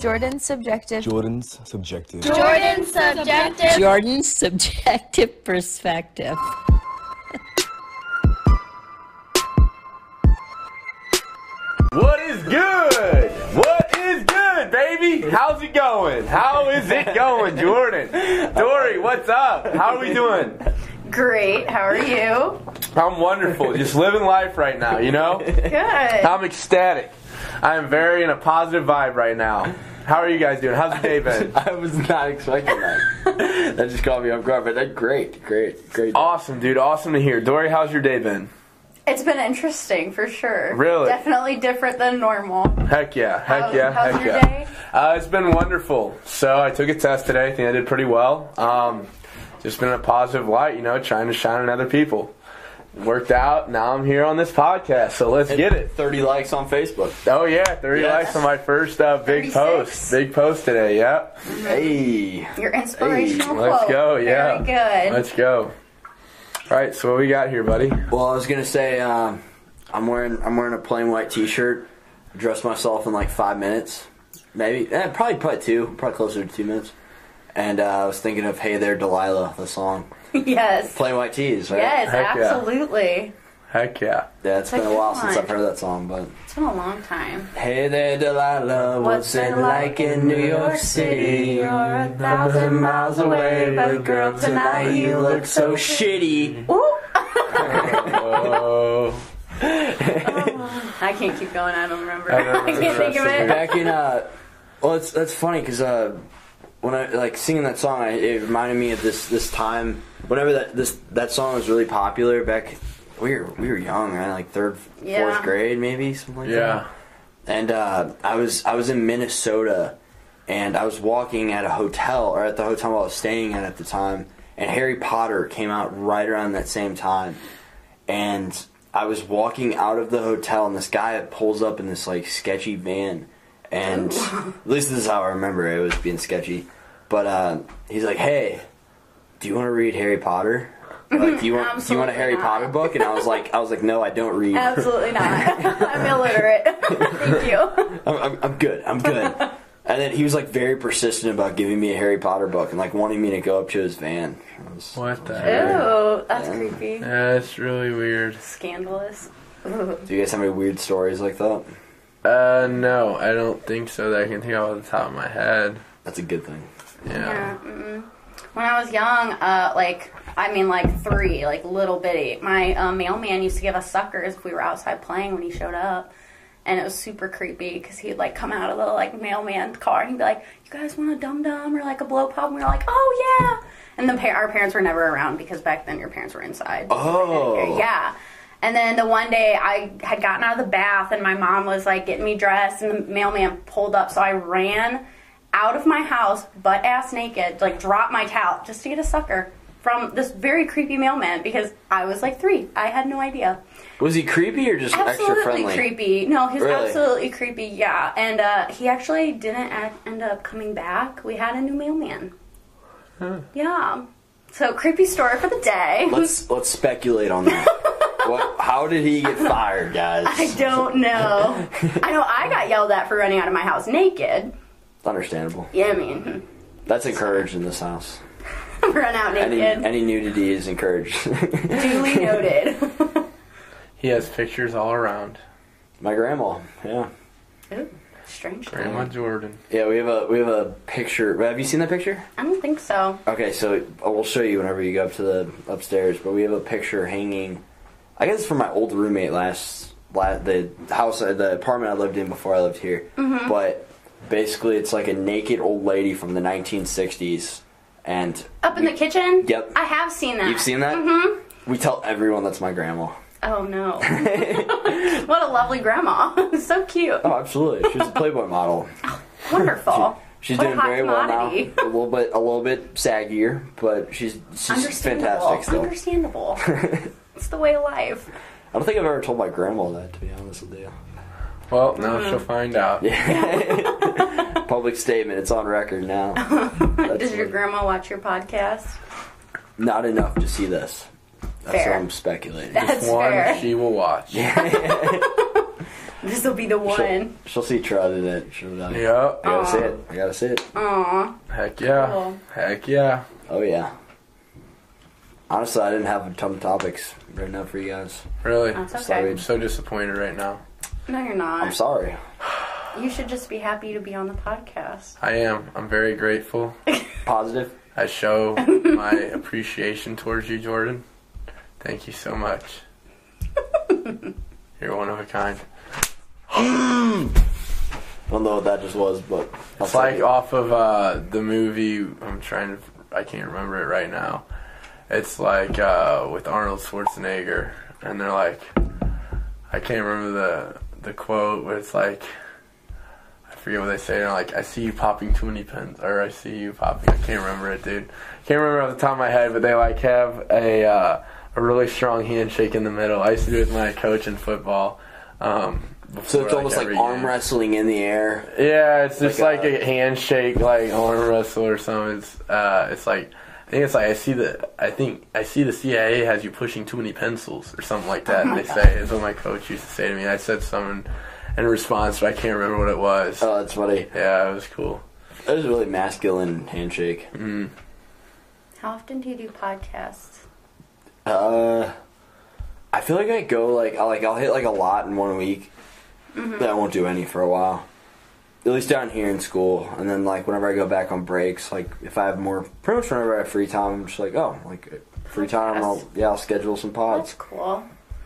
Jordan subjective. Jordan's subjective. Jordan's subjective. Jordan's subjective perspective. What is good? What is good, baby? How's it going? How is it going, Jordan? Dory, what's up? How are we doing? Great. How are you? I'm wonderful. Just living life right now, you know? Good. I'm ecstatic. I'm very in a positive vibe right now. How are you guys doing? How's your day been? I was not expecting that. that just caught me off guard, but that great, great, great. Awesome, dude. Awesome to hear. Dory, how's your day been? It's been interesting for sure. Really? Definitely different than normal. Heck yeah. Heck How- yeah. how's heck your yeah. day? Uh, it's been wonderful. So I took a test today. I think I did pretty well. Um, just been in a positive light, you know, trying to shine on other people. Worked out. Now I'm here on this podcast. So let's get it. 30 likes on Facebook. Oh yeah, 30 Yes. likes on my first uh, big 36. post. Big post today. Yeah. Hey. Your inspirational Let's quote. go, yeah. Very good. Let's go. All right. So what we got here, buddy? Well, I was gonna say um, I'm wearing I'm wearing a plain white T-shirt. Dressed myself in like five minutes, maybe. Eh, probably probably two, probably closer to two minutes. And uh, I was thinking of "Hey There, Delilah" the song. yes. Plain white tees, right? Yes, Heck yeah. absolutely. Heck yeah. Yeah, it's Like, been a while come since on. I've heard that song, but It's been a long time. Hey there, Delilah, what's, it like in New York City? You're a thousand miles away, but girl, tonight you look so shitty. Ooh. Oh. I can't keep going. I don't remember. I don't I can't remember think of the it. rest Back in, uh, well, it's, that's funny because uh, when I like singing that song, I, it reminded me of this this time. Whenever that this that song was really popular back, we were we were young, right? Like third, Yeah. fourth grade, maybe something like that. Yeah. and uh, I was I was in Minnesota, and I was walking at a hotel or at the hotel I was staying at at the time, and Harry Potter came out right around that same time, and I was walking out of the hotel, and this guy pulls up in this like sketchy van, and Oh. at least this is how I remember it, it was being sketchy, but uh, he's like, hey, do you want to read Harry Potter? Like, do you want do you want a Absolutely Harry not. Potter book? And I was like, I was like, no, I don't read. Absolutely not. I'm illiterate. Thank you. I'm, I'm, I'm good. I'm good. and then he was like very persistent about giving me a Harry Potter book and like wanting me to go up to his van. It was- What the? heck? Ew, that's creepy. That's really weird. Scandalous. Do you guys have any weird stories like that? Uh, no, I don't think so. That I can think of off the top of my head. That's a good thing. Yeah. Yeah, mm-mm. When I was young, uh, like I mean, like three, like little bitty. My uh, mailman used to give us suckers if we were outside playing when he showed up, and it was super creepy because he'd like come out of the like mailman car and he'd be like, "You guys want a dum dum or like a blow pop?" And we were like, "Oh yeah!" And then pa- our parents were never around because back then your parents were inside. Oh. Yeah. And then the one day I had gotten out of the bath and my mom was like getting me dressed and the mailman pulled up. So I ran out of my house, butt ass naked, like dropped my towel just to get a sucker from this very creepy mailman because I was like three. I had no idea. Was he creepy or just extra Absolutely friendly? creepy. No, he's Really? absolutely creepy. Yeah. And uh, he actually didn't act, end up coming back. We had a new mailman. Yeah. So creepy story for the day. Let's let's speculate on that. what, how did he get fired, guys? I don't know. I know I got yelled at for running out of my house naked. It's understandable. Yeah, I mean, That's encouraged in this house. run out Any naked. any nudity is encouraged. Duly noted. He has pictures all around. My grandma. Yeah. Ooh, strange. Grandma Jordan. Yeah, we have a we have a picture. Have you seen that picture? I don't think so. Okay, so I will show you whenever you go up to the upstairs. But we have a picture hanging. I guess from my old roommate last, la the house, the apartment I lived in before I lived here. Mm-hmm. But basically, it's like a naked old lady from the 1960s, and Up in the kitchen? Yep. I have seen that. you've seen that. Mm-hmm. We tell everyone that's my grandma. Oh no. what a lovely grandma. so cute. Oh, absolutely. She was a Playboy model. Wonderful. She's What a doing hot very commodity. well now. A little bit, a little bit saggier, but she's she's Understandable. fantastic still. Understandable. it's the way of life. I don't think I've ever told my grandma that. To be honest with you. Well, now Mm-hmm. she'll find out. Public statement. It's on record now. Does your grandma watch your podcast? Not enough to see this. That's Fair. what I'm speculating. That's One fair. she will watch. This this will be the one. She'll see Trud in it. She'll be like, Yeah. I gotta see it. I gotta see it. Aw. Heck yeah. Cool. Heck yeah. Oh yeah. Honestly, I didn't have a ton of topics right now for you guys. Really. That's okay. Sorry. I'm so disappointed right now. No, you're not. I'm sorry. You should just be happy to be on the podcast. I am. I'm very grateful. Positive. I show my appreciation towards you, Jordan. Thank you so much. You're one of a kind. I don't know what that just was, but I'll It's like take it. off of uh, the movie. I'm trying to. I can't remember it right now. It's like uh, with Arnold Schwarzenegger, and they're like, I can't remember the the quote, but it's like, I forget what they say. They're like, I see you popping too many pens, or I see you popping. I can't remember it, dude. Can't remember off the top of my head, but they like have a uh, a really strong handshake in the middle. I used to do it with my coach in football. Um, so before, it's almost like every arm game. wrestling in the air. Yeah, it's just Like like, a- uh, a, handshake, like arm wrestle or something. It's uh, it's like I think it's like I see the I think I see the CIA has you pushing too many pencils or something like that. and they say is what my coach used to say to me. I said something in response, but I can't remember what it was. Uh, Oh, that's funny. Yeah, it was cool. That was a really masculine handshake. How often do you do podcasts? Uh, I feel like I go like I like I'll hit like a lot in one week. Then I won't do any for a while. At least down here in school, and then like whenever I go back on breaks, like if I have more, pretty much whenever I have free time, I'm just like, oh, like free time, I'll yeah, I'll schedule some That's pods. cool.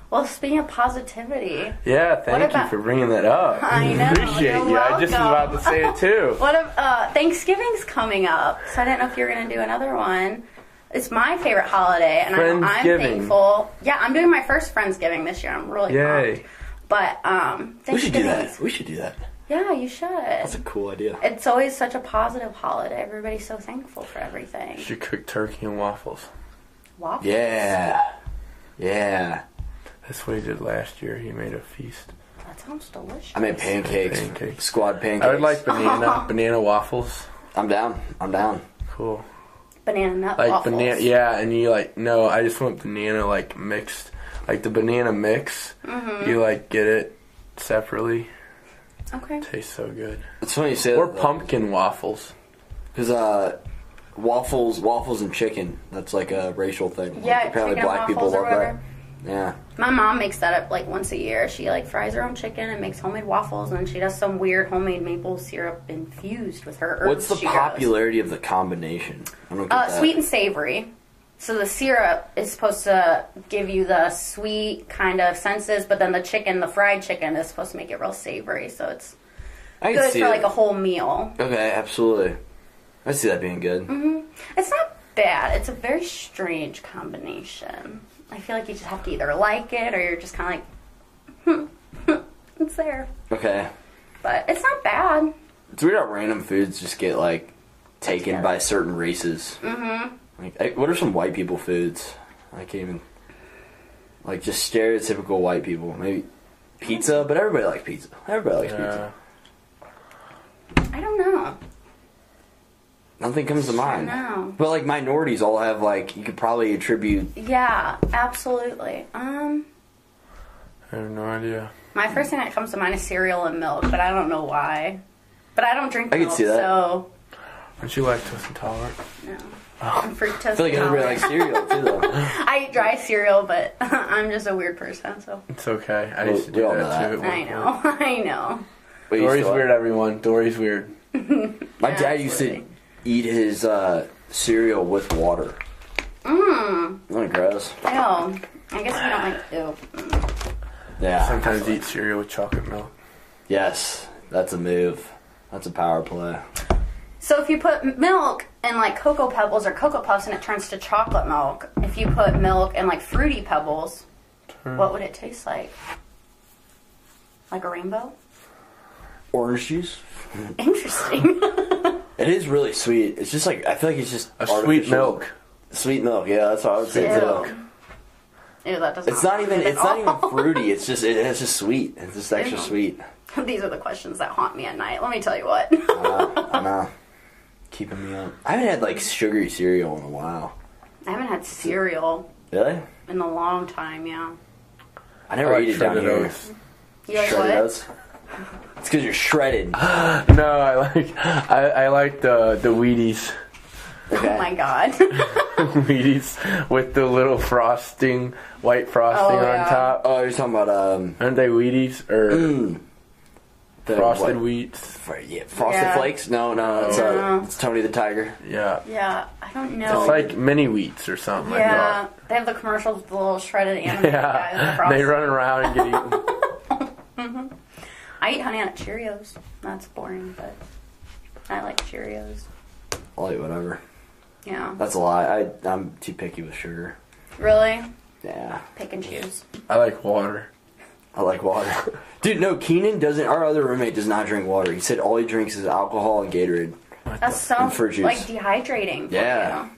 Well, speaking of positivity, Yeah, thank you about- for bringing that up. I know, appreciate you're you. I just was about welcome. to say it too. what if, uh, Thanksgiving's coming up, so I didn't know if you're going to do another one. It's my favorite holiday, and I'm, I'm Friendsgiving. thankful. Yeah, I'm doing my first Friendsgiving this year. I'm really Yay. pumped. But um, We should do Thanksgiving's- that. We should do that. Yeah, you should. That's a cool idea. It's always such a positive holiday. Everybody's so thankful for everything. She cooked turkey and waffles. Waffles. Yeah, yeah. That's what he did last year. He made a feast. That sounds delicious. I made pancakes, Pancakes. squad pancakes. I would like banana banana waffles. I'm down. I'm down. Cool. banana nut like waffles. banana yeah and you like no i just want banana like mixed like the banana mix Mm-hmm. you like get it separately Okay. tastes so good It's funny you say or that. though. pumpkin waffles Because uh, waffles, waffles and chicken. That's like a racial thing. Yeah, like, apparently chicken black and people waffles or love that. Yeah, My mom makes that up like once a year. She like fries her own chicken and makes homemade waffles, and she does some weird homemade maple syrup infused with her herbs. what's the she grows. popularity of the combination? I don't get Uh, that. sweet and savory. So the syrup is supposed to give you the sweet kind of senses, but then the chicken, the fried chicken, is supposed to make it real savory. So it's I can good see for it. like a whole meal. okay, absolutely. I see that being good. Mm-hmm. It's not bad. It's a very strange combination. I feel like you just have to either like it or you're just kind of like, hmm, it's there. Okay, But it's not bad. it's weird how random foods just get like taken Yeah. by certain races. Mm-hmm. Like, I, what are some white people foods? I can't even. Like just stereotypical white people. Maybe pizza, but everybody likes pizza. Everybody likes yeah pizza. I don't know. Nothing comes to mind. know. But like minorities all have like you could probably attribute Yeah, absolutely. Um, i have no idea my first thing that comes to mind is cereal and milk, but I don't know why. But I don't drink I can milk, see that. so aren't you lactose intolerant no. I'm fructose. I feel like everybody intolerant. likes cereal too though. I eat dry cereal, but I'm just a weird person, so it's okay i Well, used to we do all that, know that. too at one I point. know. I know. But you dory's still- weird everyone dory's weird My dad used to Absolutely. eat his uh, cereal with water. Mmm. Isn't it gross? Ew. Mm, I guess we don't like ew. Yeah. sometimes eat cereal with chocolate milk Yes. That's a move. That's a power play. So if you put milk and like cocoa pebbles or cocoa puffs and it turns to chocolate milk, if you put milk and like fruity pebbles, what would it taste like? Like a rainbow? Orange juice? Interesting. It is really sweet. It's just like I feel like it's just a sweet artificial- milk Sweet milk, yeah, that's what I would say Ew. too. Ew, that doesn't. It's not even it's not even fruity, it's just it, it's just sweet. It's just extra Ew. sweet. even. These are the questions that haunt me at night. Let me tell you what. I know. Keeping me up. I haven't had like sugary cereal in a while. I haven't had cereal Really? in a long time. Yeah. I I never like ate it down shredded here. oats. You like Shredded what? oats? It's because you're shredded. No, I like I, I like the the Wheaties. Okay. Oh my god. Wheaties with the little frosting, white frosting Oh, on yeah. top. Oh, you're talking about um Aren't they Wheaties or the frosted what? wheats? Fr- yeah, frosted Yeah. flakes? No, no, it's, uh, No. it's Tony the Tiger. Yeah. yeah, I don't know. It's like mini wheats or Oh something yeah, like they have the commercials with the little shredded that. animated guys. Yeah. across. They run around and get eaten. I eat honey nut Cheerios. That's boring, but I like Cheerios. I'll eat whatever. Yeah. That's a lie. I, I'm too picky with sugar. Really? Yeah. Pick and choose. I like water. I like water. Dude, no, Keenan doesn't. Our other roommate does not drink water. He said all he drinks is alcohol and Gatorade. That's so And fruit juice. like dehydrating. for Yeah. you.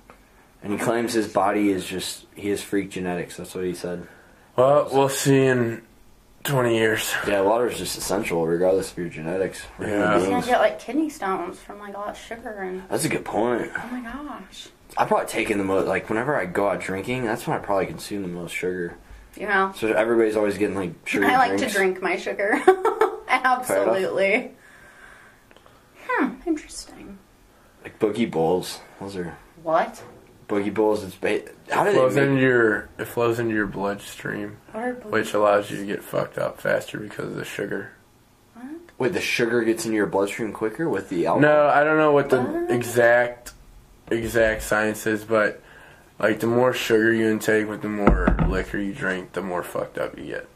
And he claims his body is just, he has freak genetics. That's what he said. Well, we'll see in 20 years. Yeah, water is just essential, regardless of your genetics. We're human Yeah. He's gonna beings. get like kidney stones from like all that sugar and That's a good point. oh my gosh. I've probably taken the most, like, whenever I go out drinking, that's when I probably consume the most sugar. You know. So everybody's always getting, like, sugar I like drinks. to drink my sugar. Absolutely. Hmm, interesting. Like, boogie bowls. Those are What? boogie bowls. It's ba- How It did flows they make- into your it flows into your bloodstream, What are blue- which allows you to get fucked up faster because of the sugar. Wait, the sugar gets into your bloodstream quicker with the alcohol? No, Oh. I don't know what the What? exact exact science is, but like the more sugar you intake with the more liquor you drink, the more fucked up you get.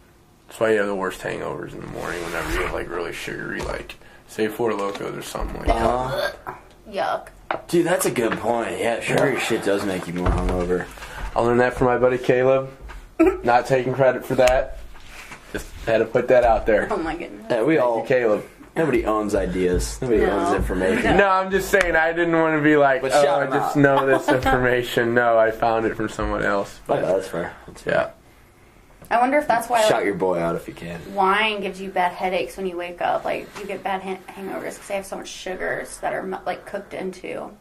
That's why you have the worst hangovers in the morning whenever you have like really sugary like say four locos or something like that. Uh, Yuck. dude, that's a good point. Yeah, sugary shit does make you more hungover. I learned that from my buddy Caleb. Not taking credit for that. Just had to put that out there. Oh my goodness. Yeah, we all. Caleb. Nobody owns ideas. Nobody No. owns information. No, I'm just saying I didn't want to be like, But oh, shout I him just out." know this information. No, I found it from someone else. Oh, yeah, But that's fair. That's fair. yeah, I wonder if that's why like, Shout your boy out if you can. wine gives you bad headaches when you wake up. Like you get bad ha- hangovers because they have so much sugars that are mu- like cooked into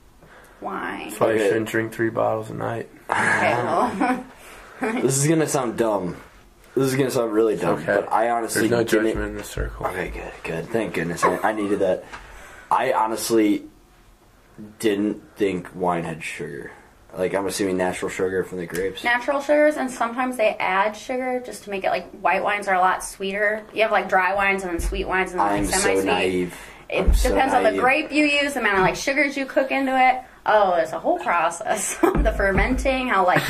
wine. that's why I Okay. shouldn't drink three bottles a night. Okay, ah. well, This is gonna sound dumb. This is gonna sound really dumb. Okay, Um, But I honestly there's no didn't. judgment in this circle. Okay, good, good. Thank goodness. I, I needed that. I honestly didn't think wine had sugar. Like I'm assuming natural sugar from the grapes. natural sugars, and sometimes they add sugar just to make it like white wines are a lot sweeter. You have like dry wines and then sweet wines and then I'm like so semi-sweet. naive. It I'm depends so on the naive. grape you use, the amount of like sugars you cook into it. Oh, it's a whole process. the fermenting, how like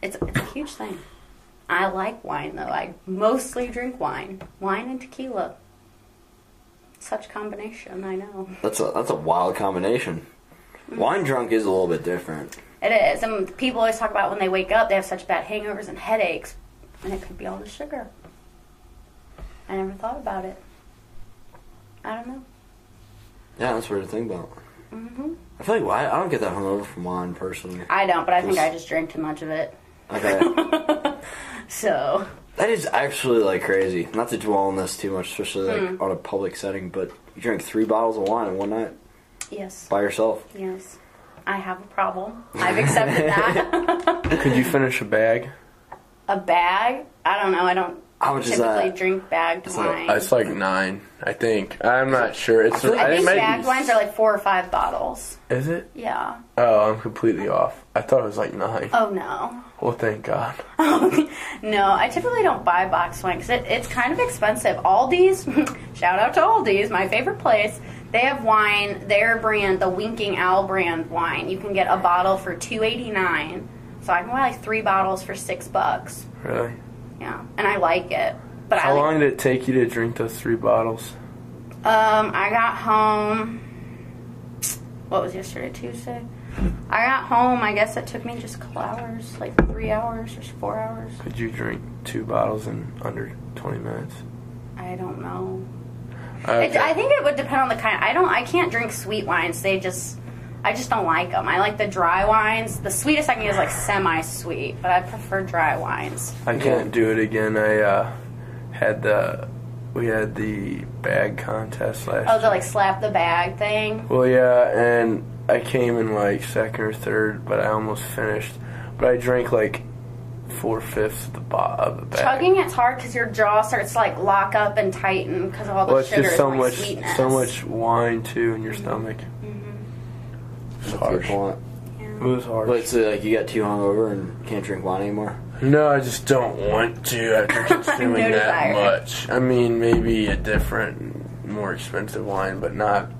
it's it's a huge thing. I like wine though. I mostly drink wine, wine and tequila. Such combination, I know. That's a that's a wild combination. Mm-hmm. Wine drunk is a little bit different. It is, and people always talk about when they wake up, they have such bad hangovers and headaches, and it could be all the sugar. I never thought about it. I don't know. Yeah, that's weird to think about. Mm-hmm. I feel like wine. I don't get that hungover from wine personally. I don't, but I think I just drank too much of it. Okay, So that is actually like crazy. Not to dwell on this too much, especially like Mm. on a public setting. But you drink three bottles of wine in one night yes, by yourself. yes, I have a problem. I've accepted that. Could you finish a bag? a bag? I don't know. I don't How much is typically that? drink bagged wine. I, Uh, It's like nine, I think. I'm not sure. It's feel like it think might be- bagged wines are like four or five bottles. Is it? Yeah. Oh, I'm completely off. I thought it was like nine. Oh no. Well, thank God. No, I typically don't buy boxed wine because it, it's kind of expensive. Aldi's, shout out to Aldi's, my favorite place. They have wine, their brand, the Winking Owl brand wine. You can get a bottle for two eighty nine. So I can buy like three bottles for six bucks. Really? Yeah, and I like it. But I How like- long did it take you to drink those three bottles? Um, I got home. What was yesterday? Tuesday. I got home. I guess it took me just a couple hours, like three hours or four hours. Could you drink two bottles in under 20 minutes? I don't know. It, Okay. I think it would depend on the kind. I don't. I can't drink sweet wines. They just. I just don't like them. I like the dry wines. The sweetest I can get is like semi-sweet, but I prefer dry wines. I can't do it again. I uh, had the we had the bag contest last. Oh, the like slap the bag thing. Well, yeah, and I came in like second or third, but I almost finished. But I drank like four fifths of the bo- of the bag. Chugging it's hard because your jaw starts to like lock up and tighten because of all the well, it's sugar just so and, like, much, sweetness. so much wine too in your stomach. It's harsh. It But was harsh. it's uh, like you got too hungover and can't drink wine anymore. no, I just don't want to after consuming that desire. much. I mean, maybe a different, more expensive wine, but not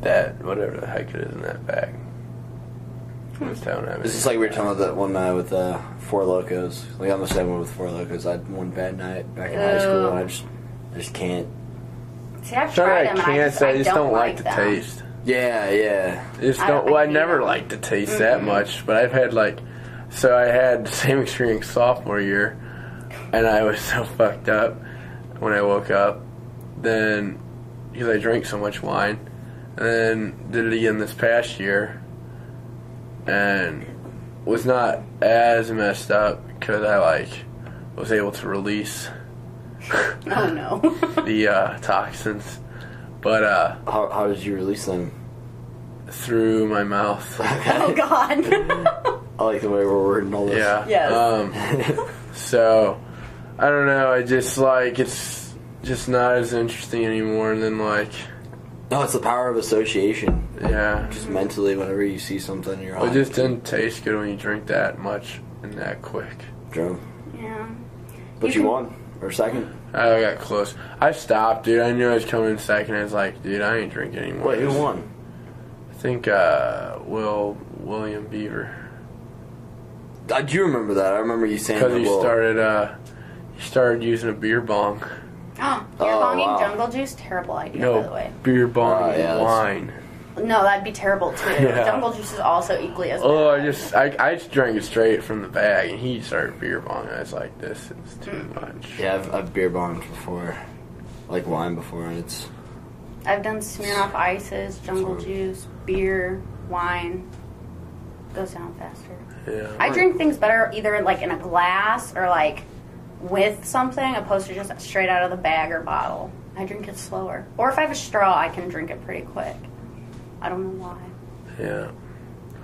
that whatever the heck it is in that bag. Hmm. I just don't have It's just any- like we were talking about that one night with uh, Four Locos. Like I almost had one with Four Locos. I had one bad night back in high school. And I just, I just can't. See, I've It's not tried that I them. and can't I just, say, I I just don't like the them. taste. Yeah, yeah. I just I don't. don't Well, I like never either. liked the taste that much, but I've had like, so I had the same experience sophomore year, and I was so fucked up when I woke up, then because I drank so much wine, and then did it again this past year, and was not as messed up because I like was able to release Oh no. the uh, toxins, but uh, How, how did you release them? through my mouth. oh God. I like the way we're wording all this. Yeah. Yes. Um, so, I don't know. I just like it's just not as interesting anymore. And then like, No, it's the power of association. yeah, Just mentally, whenever you see something, you're it like, just doesn't taste good when you drink that much and that quick. drunk. yeah. You But you can- won or second. I got close. I stopped, dude. I knew I was coming in second. I was like, dude, I ain't drinking anymore. Wait, who won? I think uh, Will William Beaver I do remember that. I remember you saying because that. he well, started uh, he started using a beer bong. Oh, you're Oh, longing wow. jungle juice? Terrible idea, by the No, way. beer bong Oh, yeah, that's- wine. No, that'd be terrible too. Yeah. Jungle juice is also equally as bad. Oh, I just I, I just drank it straight from the bag, and he started beer bong. I was like, this is too Hmm. much. Yeah, I've, I've beer bombed before, like wine before, and it's I've done Smirnoff ices, jungle juice, beer, wine. Goes down faster. Yeah. I drink things better either like in a glass or like with something opposed to just straight out of the bag or bottle. I drink it slower. Or if I have a straw, I can drink it pretty quick. I don't know why. yeah. Yeah,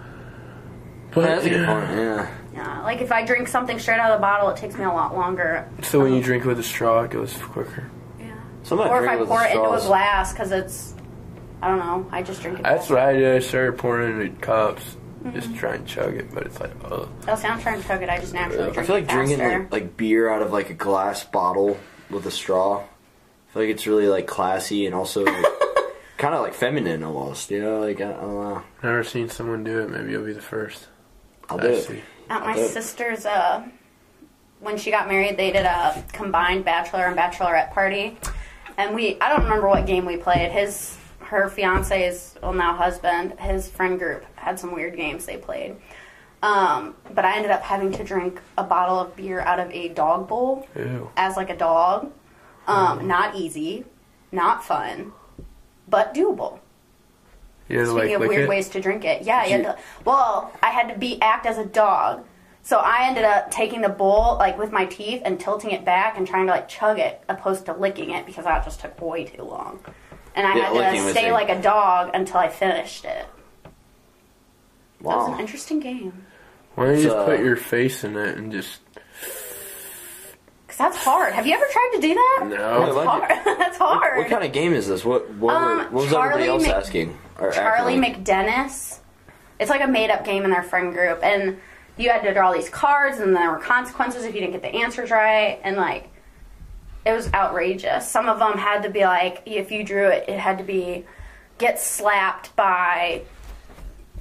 But that's a good point. yeah. Yeah, Yeah, like if I drink something straight out of the bottle, it takes me a lot longer. So when you drink with a straw, it goes quicker. Yeah. so I'm not Or if drinking I with pour the it into a straws. glass because it's, I don't know, I just drink it. That's cold. what I did. I started pouring it into cups, Mm-hmm. just try and chug it, but it's like, oh, That's how I'm trying to chug it. I just naturally drink I feel like it faster. drinking like, like beer out of like a glass bottle with a straw. I feel like it's really like classy and also like, kind of like feminine almost. You know, like I, I don't know. never seen someone do it. Maybe you'll be the first. I'll do I it. see. At my bet. sister's, uh, when she got married, they did a combined bachelor and bachelorette party, and we—I don't remember what game we played. His, her fiance's, well now husband, his friend group had some weird games they played. Um, but I ended up having to drink a bottle of beer out of a dog bowl Ew. as like a dog. Mm-hmm. Um, not easy, not fun, but doable. You had to Speaking like of lick weird it. ways to drink it, yeah, you had to, well, I had to be act as a dog, so I ended up taking the bowl like with my teeth and tilting it back and trying to like chug it, opposed to licking it because that just took way too long, and I Yeah, had licking to was stay a- like a dog until I finished it. That was an Wow. interesting game Why don't you just So- put your face in it and just? because that's hard. Have you ever tried to do that? I No. like Hard. it. that's hard. What kind of game is this? What what, Um, were- what was Charlie everybody else Mc- asking? Or Charlie acting like? McDennis. It's like a made up game in their friend group, and you had to draw these cards, and there were consequences if you didn't get the answers right, and like it was outrageous. Some of them had to be like, if you drew it, it had to be get slapped by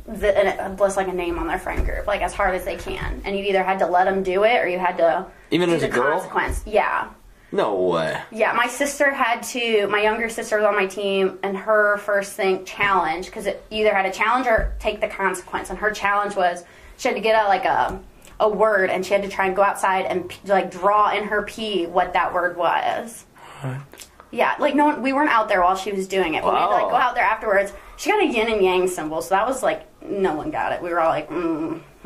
the and it lists like a name on their friend group, like as hard as they can, and you either had to let them do it or you had to Even do as the a girl? consequence. Yeah, No way. yeah, my sister had to. My younger sister was on my team, and her first thing challenge because it either had a challenge or take the consequence. And her challenge was she had to get a like a a word, and she had to try and go outside and p- like draw in her pee what that word was. Yeah, like no, one, we weren't out there while she was doing it, but we had to like Wow. go out there afterwards. She got a yin and yang symbol, so that was like no one got it. We were all like, mm, mm, I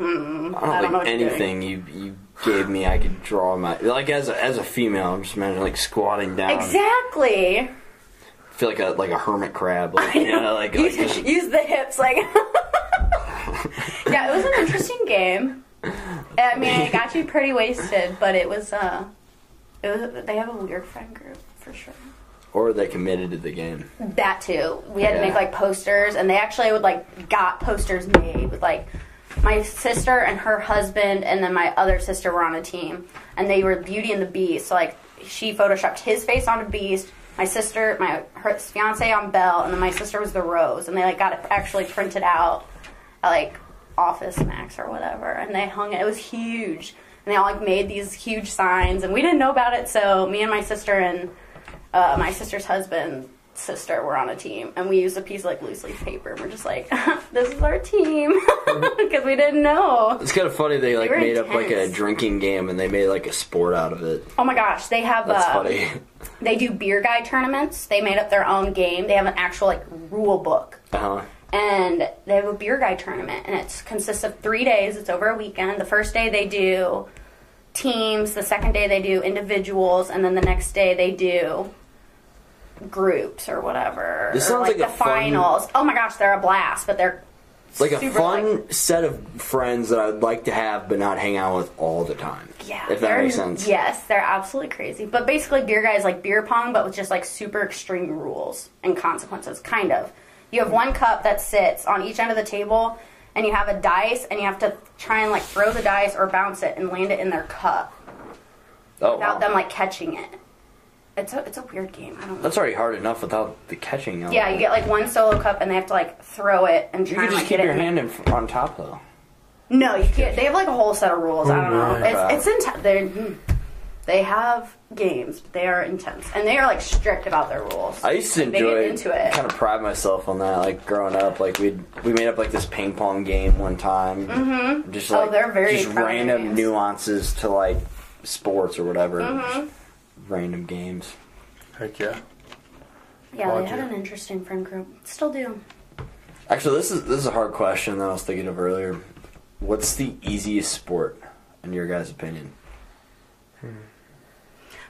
know don't, what like you're doing. anything you you gave me. I could draw my like as a, as a female. I'm just imagining like squatting down. Exactly. Feel like a like a hermit crab. Like, you know, like, like use, use the hips like yeah it was an interesting game I mean, it got you pretty wasted, but it was. Uh, it was. They have a weird friend group for sure. Or they committed to the game. That too. We had to Yeah. make like posters, and they actually would like got posters made with like my sister and her husband, and then my other sister were on a team, and they were Beauty and the Beast. So like she photoshopped his face onto Beast, my sister, my her fiance on Belle, and then my sister was the Rose, and they like got it actually printed out at like Office Max or whatever, and they hung it. It was huge, and they all like made these huge signs, and we didn't know about it. So me and my sister and uh, my sister's husband sister were on a team and we used a piece of like loose leaf paper and we're just like this is our team Mm-hmm. because we didn't know It's kind of funny they like were made up like a intense. drinking game and they made like a sport out of it. oh my gosh they have That's uh, funny. they do beer guy tournaments they made up their own game they have an actual like rule book Uh-huh. and they have a beer guy tournament and it consists of three days it's over a weekend the first day they do teams the second day they do individuals and then the next day they do groups or whatever This or, sounds like, like a the fun- finals oh my gosh they're a blast but they're Like a super, fun set of friends that I'd like to have but not hang out with all the time. Yeah, If that they're- makes sense. Yes, they're absolutely crazy. But basically, beer guy is like beer pong, but with just like super extreme rules and consequences, kind of. You have one cup that sits on each end of the table, and you have a dice, and you have to try and like throw the dice or bounce it and land it in their cup Oh, without wow. them like catching it. It's a it's a weird game. I don't know. That's already hard enough without the catching. element. yeah, you get like one solo cup, and they have to like throw it and You try could and just like keep get your it. in- hand in, fr- on top though. No, you can't. They have like a whole set of rules. I don't know. Right. It's, it's intense. They're, mm. they have games, but they are intense, and they are like strict about their rules. I used to They get enjoy into it. kind of pride myself on that. Like growing up, like we we made up like this ping pong game one time. Mm-hmm. Just Oh, like they're very just proud of their random games. nuances to like sports or whatever. Mm-hmm. Just Random games. Heck yeah. yeah, they Roger. had an interesting friend group. Still do. Actually, this is this is a hard question that I was thinking of earlier. What's the easiest sport in your guys' opinion?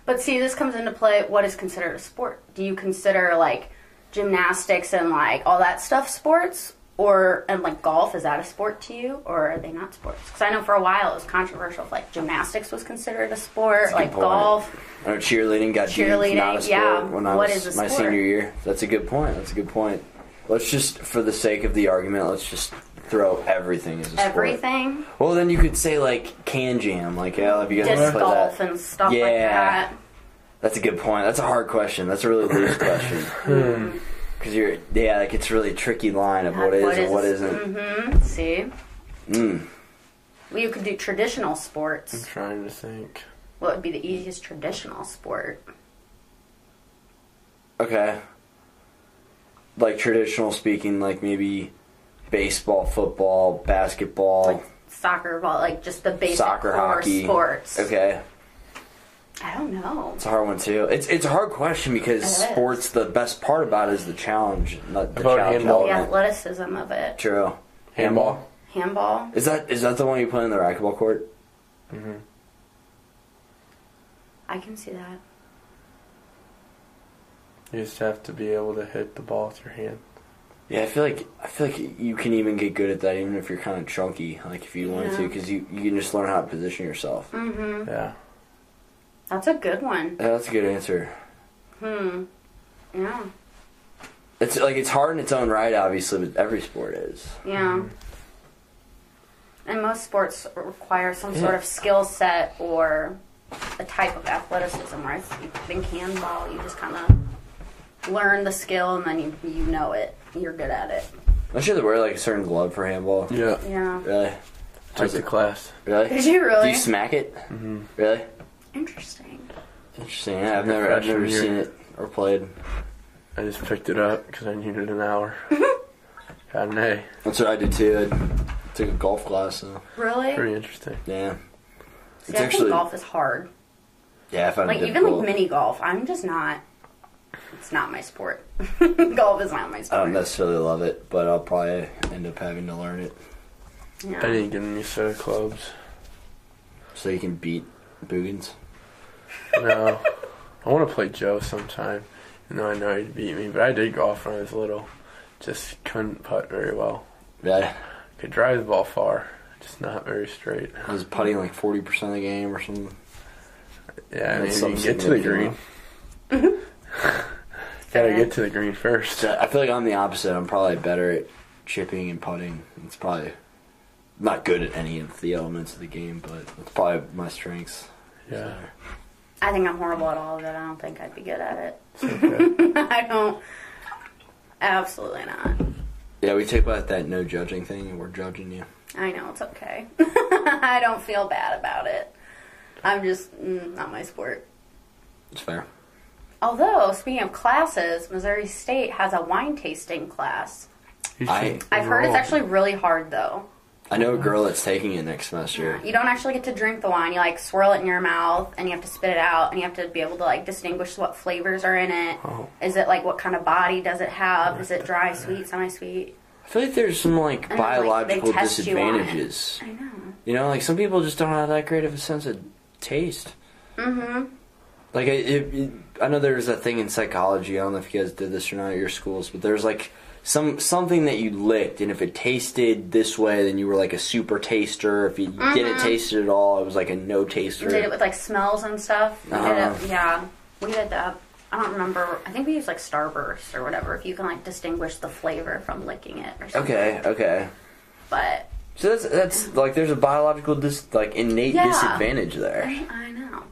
But see, this comes into play. What is considered a sport? Do you consider like gymnastics and like all that stuff sports, or and like golf? Is that a sport to you, or are they not sports? Because I know for a while it was controversial. If, like gymnastics was considered a sport, a good like point. golf. I know cheerleading got cheerleading, Cheerleading, not a sport yeah. when I What was is a my sport? senior year. That's a good point. That's a good point. Let's just, for the sake of the argument, let's just throw everything as a sport. Everything, Well, then you could say like can jam, like yeah, if you guys disc play golf, that. and stuff like Yeah. that. That's a good point. That's a hard question. That's a really loose question. Hmm. Because you're, yeah, like it's really a tricky line of what is and what isn't. Mm-hmm. See, Mm. well, you could do traditional I'm sports. trying to think. What would be the easiest traditional sport? Okay. Like traditional speaking, like maybe baseball, football, basketball, Like soccer, ball, like just the basic Oh. soccer, core hockey. sports. Okay. I don't know. It's a hard one too. It's it's a hard question because It is. sports the best part about it is the challenge, not the About challenge handball. The element. athleticism of it. True. Handball. Handball. Is that is that the one you play in the racquetball court? I can see that. You just have to be able to hit the ball with your hand. Yeah, I feel like I feel like you can even get good at that even if you're kind of chunky, like if you wanted to, Yeah. 'cause to, because you you can just learn how to position yourself. Mm-hmm. Yeah. That's a good one. Yeah, that's a good answer. Hmm. Yeah. It's like it's hard in its own right, obviously, but every sport is. Yeah. And most sports require some sort of skill set or a type of athleticism, right? So you think handball, you just kind of learn the skill and then you, you know it. You're good at it. I'm sure they wear like a certain glove for handball. Yeah. Yeah. Really? Take the class. Really? Did you Do really? you smack it? Mm-hmm. Really? Interesting. Interesting. Yeah, I've Your never I've freshman never year. seen it or played. I just picked it up because I needed an hour. Got an A. That's what I did too. I took a golf class. So. Really? Pretty interesting. Yeah. See, it's I actually- think golf is hard. Yeah, I found Like it even difficult. like mini golf, I'm just not. It's not my sport. golf is not my I sport. don't necessarily love it, but I'll probably end up having to learn it No. I didn't get any set of clubs. so you can beat Boogans. No. I want to play Joe sometime. No, I know he'd beat me, but I did golf when I was little. Just couldn't putt very well. Yeah. Could drive the ball far. Just not very straight. I was putting like forty percent of the game or something. Yeah, I mean, That's you can something get to the significant. green. Gotta get to the green first. So I feel like I'm the opposite. I'm probably better at chipping and putting. It's probably not good at any of the elements of the game, but it's probably my strengths. Yeah. I think I'm horrible at all of it. I don't think I'd be good at it. Okay. I don't. Absolutely not. Yeah, we talk about that no judging thing, and we're judging you. I know it's okay. I don't feel bad about it. I'm just mm, not my sport. It's fair. Although speaking of classes, Missouri State has a wine tasting class. You should I- I've heard it's enroll. actually really hard though. I know a girl that's taking it next semester. You don't actually get to drink the wine. You like swirl it in your mouth and you have to spit it out and you have to be able to like distinguish what flavors are in it. Is Oh. it like what kind of body does it have? Is it dry, sweet, semi sweet? I feel like there's some like And, like, they biological test you on it. disadvantages. I know. You know, like some people just don't have that great of a sense of taste. Mm-hmm. Like it, it, it- I know there's a thing in psychology. I don't know if you guys did this or not at your schools, but there's like some something that you licked, and if it tasted this way, then you were like a super taster. If you didn't taste it at all, it was like a no taster. Mm-hmm. Did it with like smells and stuff. We did Uh-huh. it, yeah, we did that. I don't remember. I think we used like Starburst or whatever. If you can like distinguish the flavor from licking it or something. okay, okay. But So that's that's like there's a biological dis like innate Yeah. disadvantage there. I know.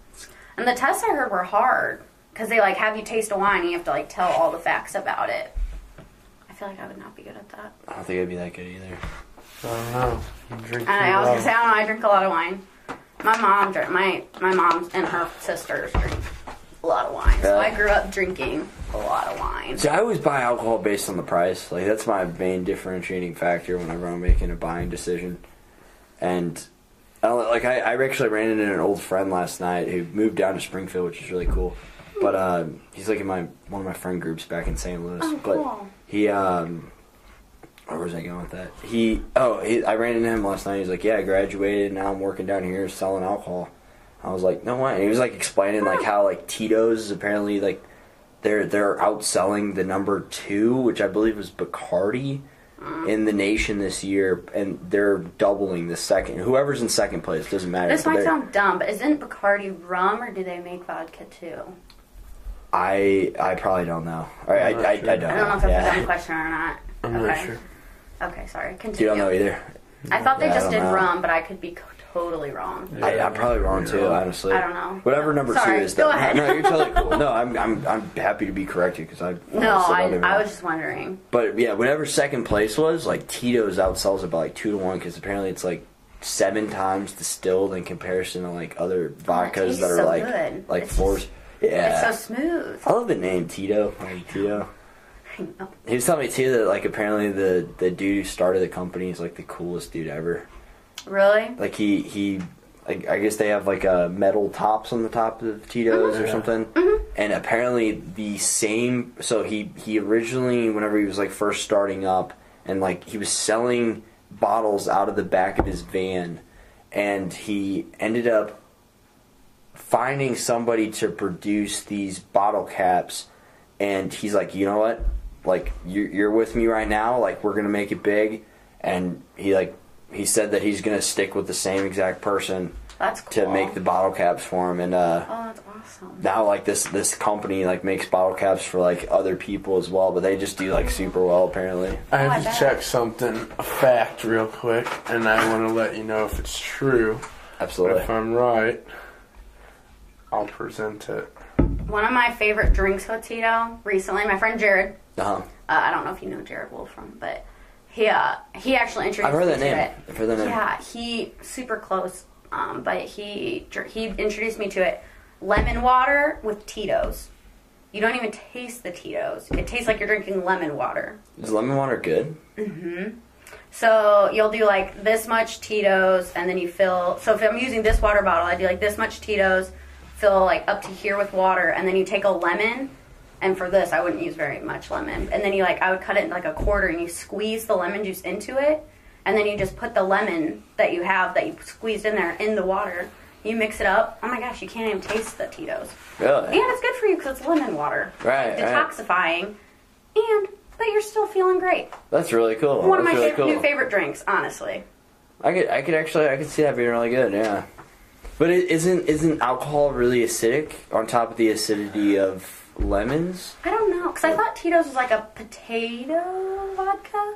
And the tests I heard were hard because they like have you taste a wine and you have to like tell all the facts about it. I feel like I would not be good at that. I don't think it'd be that good either. I don't know. You drink And I too was um, gonna low. say I don't know. I drink a lot of wine. My mom drink my my mom and her sisters drink a lot of wine. So Really? I grew up drinking a lot of wine. So I always buy alcohol based on the price. Like that's my main differentiating factor whenever I'm making a buying decision. And I don't, like I, I actually ran into an old friend last night who moved down to Springfield, which is really cool. But um, he's like in my one of my friend groups back in St. Louis. Oh, but cool. he um, where was I going with that? He oh he, I ran into him last night. He's like, yeah, I graduated. Now I'm working down here selling alcohol. I was like, no way. And he was like explaining like how like Tito's is apparently like they're they're outselling the number two, which I believe was Bacardi, Mm. in the nation this year, and they're doubling the second. Whoever's in second place doesn't matter. This but might they're- sound dumb, but isn't Bacardi rum or do they make vodka too? I I probably don't know. All right, I'm I, I, not sure. I don't. I don't know if know. that's Yeah. a dumb question or not. I'm okay. not sure. Okay, sorry. You Continue. don't know either. I thought they Yeah, I just don't did know. rum, but I could be co- totally wrong. I, I'm probably wrong too, honestly. I don't know. Whatever number Sorry, two is, go though. ahead. No, you're totally cool. No, I'm, I'm, I'm happy to be corrected because I. No, honestly I, don't even I know. was just wondering. But yeah, whatever second place was, like Tito's outsells it by like two to one because apparently it's like seven times distilled in comparison to like other vodkas tastes that are so like good. like It's fours. just- Yeah, It's so smooth. Oh, I love the name Tito. Like Tito. I know. He was telling me too that like apparently the the dude who started the company is like the coolest dude ever. Really? Like he he, I, I guess they have like uh, metal tops on the top of Tito's or something. And apparently the same. So he he originally, whenever he was like first starting up, and like he was selling bottles out of the back of his van, and he ended up finding somebody to produce these bottle caps and he's like you know what like you're, you're with me right now like we're gonna make it big and he like he said that he's gonna stick with the same exact person That's cool. to make the bottle caps for him and uh Oh, that's awesome. now like this this company like makes bottle caps for like other people as well but they just do like super well apparently I Oh, I have bet. to check something, a fact, real quick, and I want to let you know if it's true. But absolutely if I'm right, I'll present it. One of my favorite drinks with Tito recently, my friend Jared. uh-huh. Uh, I don't know if you know Jared Wolfram, but he uh, he actually introduced i've heard me that to name it. i've heard that name Yeah, he super close, um, but he dr- he introduced me to it. Lemon water with Tito's. You don't even taste the Tito's. It tastes like you're drinking lemon water. is lemon water good So you'll do like this much Tito's, and then you fill. So if I'm using this water bottle, I do like this much Tito's, fill like up to here with water, and then you take a lemon. And for this, I wouldn't use very much lemon. And then you like, I would cut it in like a quarter, and you squeeze the lemon juice into it, and then you just put the lemon that you have that you squeezed in there in the water. You mix it up. Oh my gosh, you can't even taste the Tito's. really And it's good for you because it's lemon water, right, right detoxifying, and but you're still feeling great. that's really cool One of that's my really fav- cool. new favorite drinks, honestly. I could, I could actually, I could see that being really good. Yeah, but it isn't isn't alcohol really acidic on top of the acidity of lemons? I don't know, because I thought Tito's was like a potato vodka.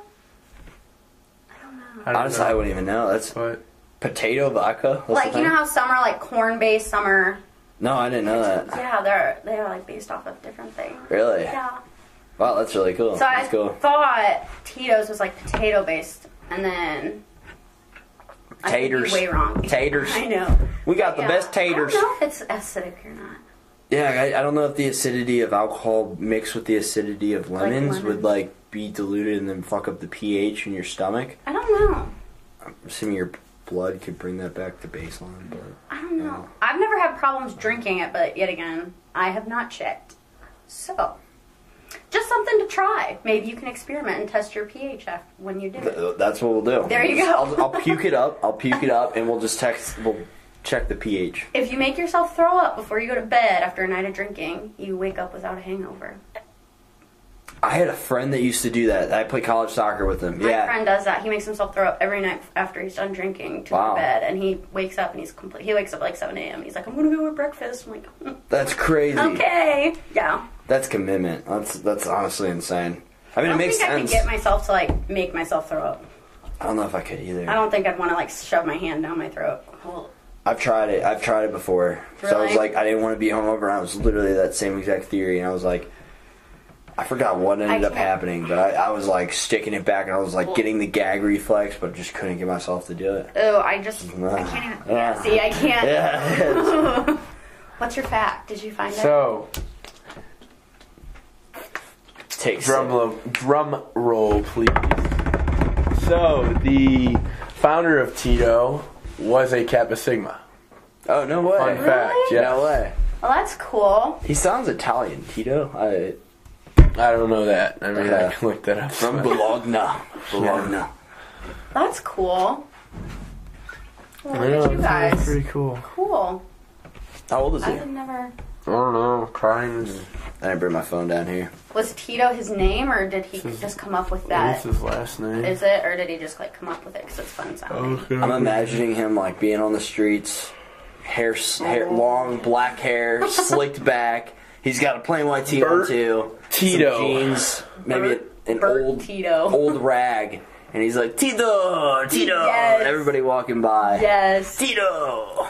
I don't know. I don't Honestly, know. I wouldn't even know. That's But potato vodka. What's like the you know thing? how some are like corn based, some are no, I didn't know that. yeah, they're they are like based off of different things. Really? Yeah. Wow, that's really cool. So I that's cool. thought Tito's was like potato based, and then I could be Taters. way wrong. Taters. I know. We got the Yeah. best taters. I don't know if it's acidic or not. Yeah, I, I don't know if the acidity of alcohol mixed with the acidity of Like lemons lemons. would like be diluted and then fuck up the pH in your stomach. I don't know. I'm assuming your blood could bring that back to baseline, but I don't know. I've never had problems drinking it, but yet again, I have not checked. So, just something to try. Maybe you can experiment and test your pH af- when you do it. th- that's what we'll do. There you go. I'll, I'll puke it up. I'll puke it up, and we'll just text. We'll check the pH. If you make yourself throw up before you go to bed after a night of drinking, you wake up without a hangover. I had a friend that used to do that. I played college soccer with him. My yeah, friend does that. He makes himself throw up every night after he's done drinking to Wow. go to bed, and he wakes up and he's complete. He wakes up at like 7 a.m. He's like, "I'm gonna go to breakfast." I'm like, "Mm, that's crazy. "Okay, yeah." That's commitment. That's that's honestly insane. I I mean, it don't makes think I could sense. get myself to like make myself throw up. I don't know if I could either. I don't think I'd want to like shove my hand down my throat. Well, I've tried it. I've tried it before. So I was Really? like, I didn't want to be hungover. And I was literally that same exact theory, and I was like, I forgot what ended up can't- happening, but I, I was like sticking it back, and I was like getting the gag reflex, but just couldn't get myself to do it. Oh, I just I can't. even- Yeah. See, I can't. Yeah. What's your fact? Did you find it? so Takes drum roll, drum roll, please. So the founder of Tito was a Kappa Sigma. Oh no way! Fun fact. Yeah. Yeah. No way. Well, that's cool. He sounds Italian, Tito. I, I don't know that. I mean, Yeah. I can look that up. from Bologna. Bologna. That's cool. Well, I know, it's look at you really guys. Pretty cool. Cool. How old is I he? would never. I don't know. Crying. is- I didn't bring my phone down here. Was Tito his name, or did he This is- just come up with What's that? his last name? Is it, or did he just like come up with it because it's fun sounding? Okay. I'm imagining him like being on the streets, hair, s- hair Oh. long black hair, slicked back. He's got a plain white tee on Bert too. Tito. Some jeans, maybe an Bert old Tito. old rag, and he's like Tito, Tito. Yes. Everybody walking by. Yes, Tito.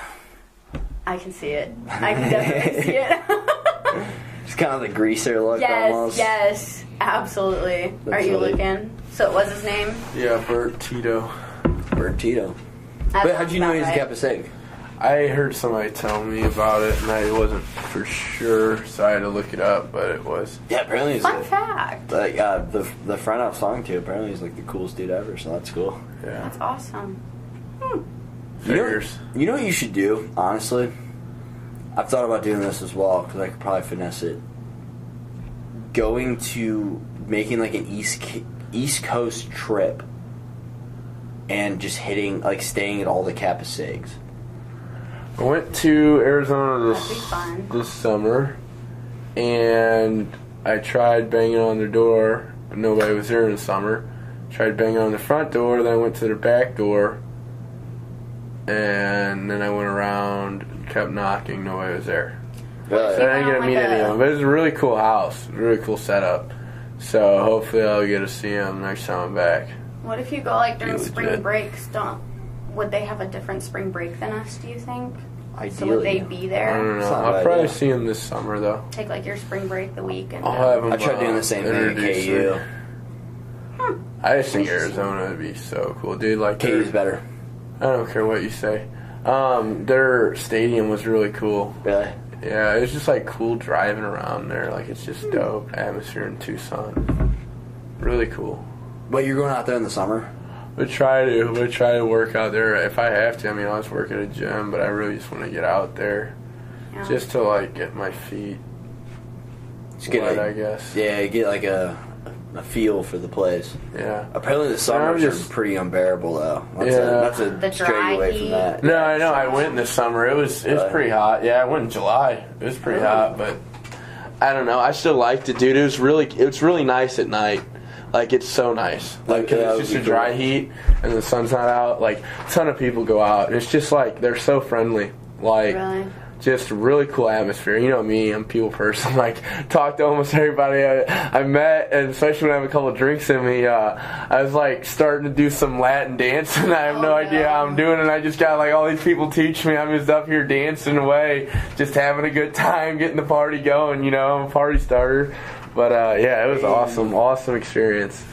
I can see it. I can definitely see it. It's kind of the greaser look yes, almost. yes, absolutely. Are That's you right. looking? So it was his name. Yeah, Bert Tito. Bert Tito. I But love how'd you know that, he's right? Kappa Sig? I heard somebody tell me about it, and I wasn't for sure, so I had to look it up. But it was. Yeah, apparently he's Fun like, fact. like uh, the the friend I was talking to. Apparently he's like the coolest dude ever. So that's cool. Yeah. That's awesome. You know- Figures. You know what you should do, honestly? I've thought about doing this as well because I could probably finesse it. Going to making like an east Ki- East Coast trip, and just hitting like staying at all the Kappa Sigs. I went to Arizona That'd be this fun. this summer, and I tried banging on their door. Nobody was there in the summer. Tried banging on the front door, then I went to their back door, and then I went around, and kept knocking. Nobody was there. So I didn't get to Oh, meet like any a- of them. But it's a really cool house, really cool setup. So hopefully I'll get to see them next time I'm back. What if you go like during Really spring good. breaks? Don't would they have a different spring break than us? Do you think? Ideally, So would they be I don't there? know. It's not a I'll bad probably idea. see them this summer though. Take like your spring break the week and I'll have them. I tried doing the same thing at KU. I just think Arizona would be so cool, dude. Like KU's their, better, I don't care what you say. Um, their stadium was really cool. really. Yeah, it's just like cool driving around there. Like it's Hmm. just dope atmosphere in Tucson. Really cool. But you're going out there in the summer. But try to, but try to work out there if I have to. I mean, I always work at a gym, but I really just want to get out there, Yeah. just to like get my feet Just get wet. a- I guess. yeah, get like a a feel for the place. Yeah. Apparently the summers just- are pretty unbearable though. That's Yeah. a, that's a The straight dry away heat. from that. No, I know. I went this summer. It was it was Really? pretty hot. Yeah, I went in July. It was pretty hot, but I don't know. I still liked it, dude. It was really it's really nice at night. Like it's so nice. Like 'cause Yeah, that it's just a would be dry cool. heat and the sun's not out. Like ton of people go out and it's just like they're so friendly. Like Really? just really cool atmosphere. You know me, I'm a people person. Like talk to almost everybody I, I met, and especially when I have a couple drinks in me, uh, I was like starting to do some Latin dance, and I have no Oh, idea how I'm doing. And I just got like all these people teach me. I'm just up here dancing away, just having a good time, getting the party going. You know, I'm a party starter. But uh, yeah, it was awesome, awesome experience.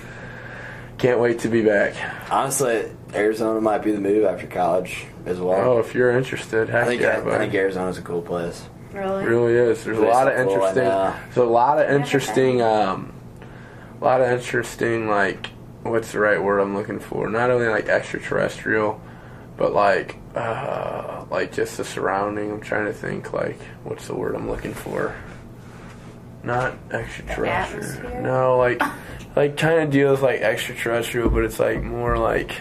Can't wait to be back. Honestly, Arizona might be the move after college as well. Oh, if you're interested, heck I think yeah, I, buddy. think Arizona's a cool place. Really? It really is. There's a Really lot of simple interesting. and, uh, there's a lot of interesting. Um, a lot of interesting. Like, what's the right word I'm looking for? Not only like extraterrestrial, but like, uh, like just the surrounding. I'm trying to think. Like, what's the word I'm looking for? Not extraterrestrial. Atmosphere? No, like, like kind of deals like extraterrestrial, but it's like more like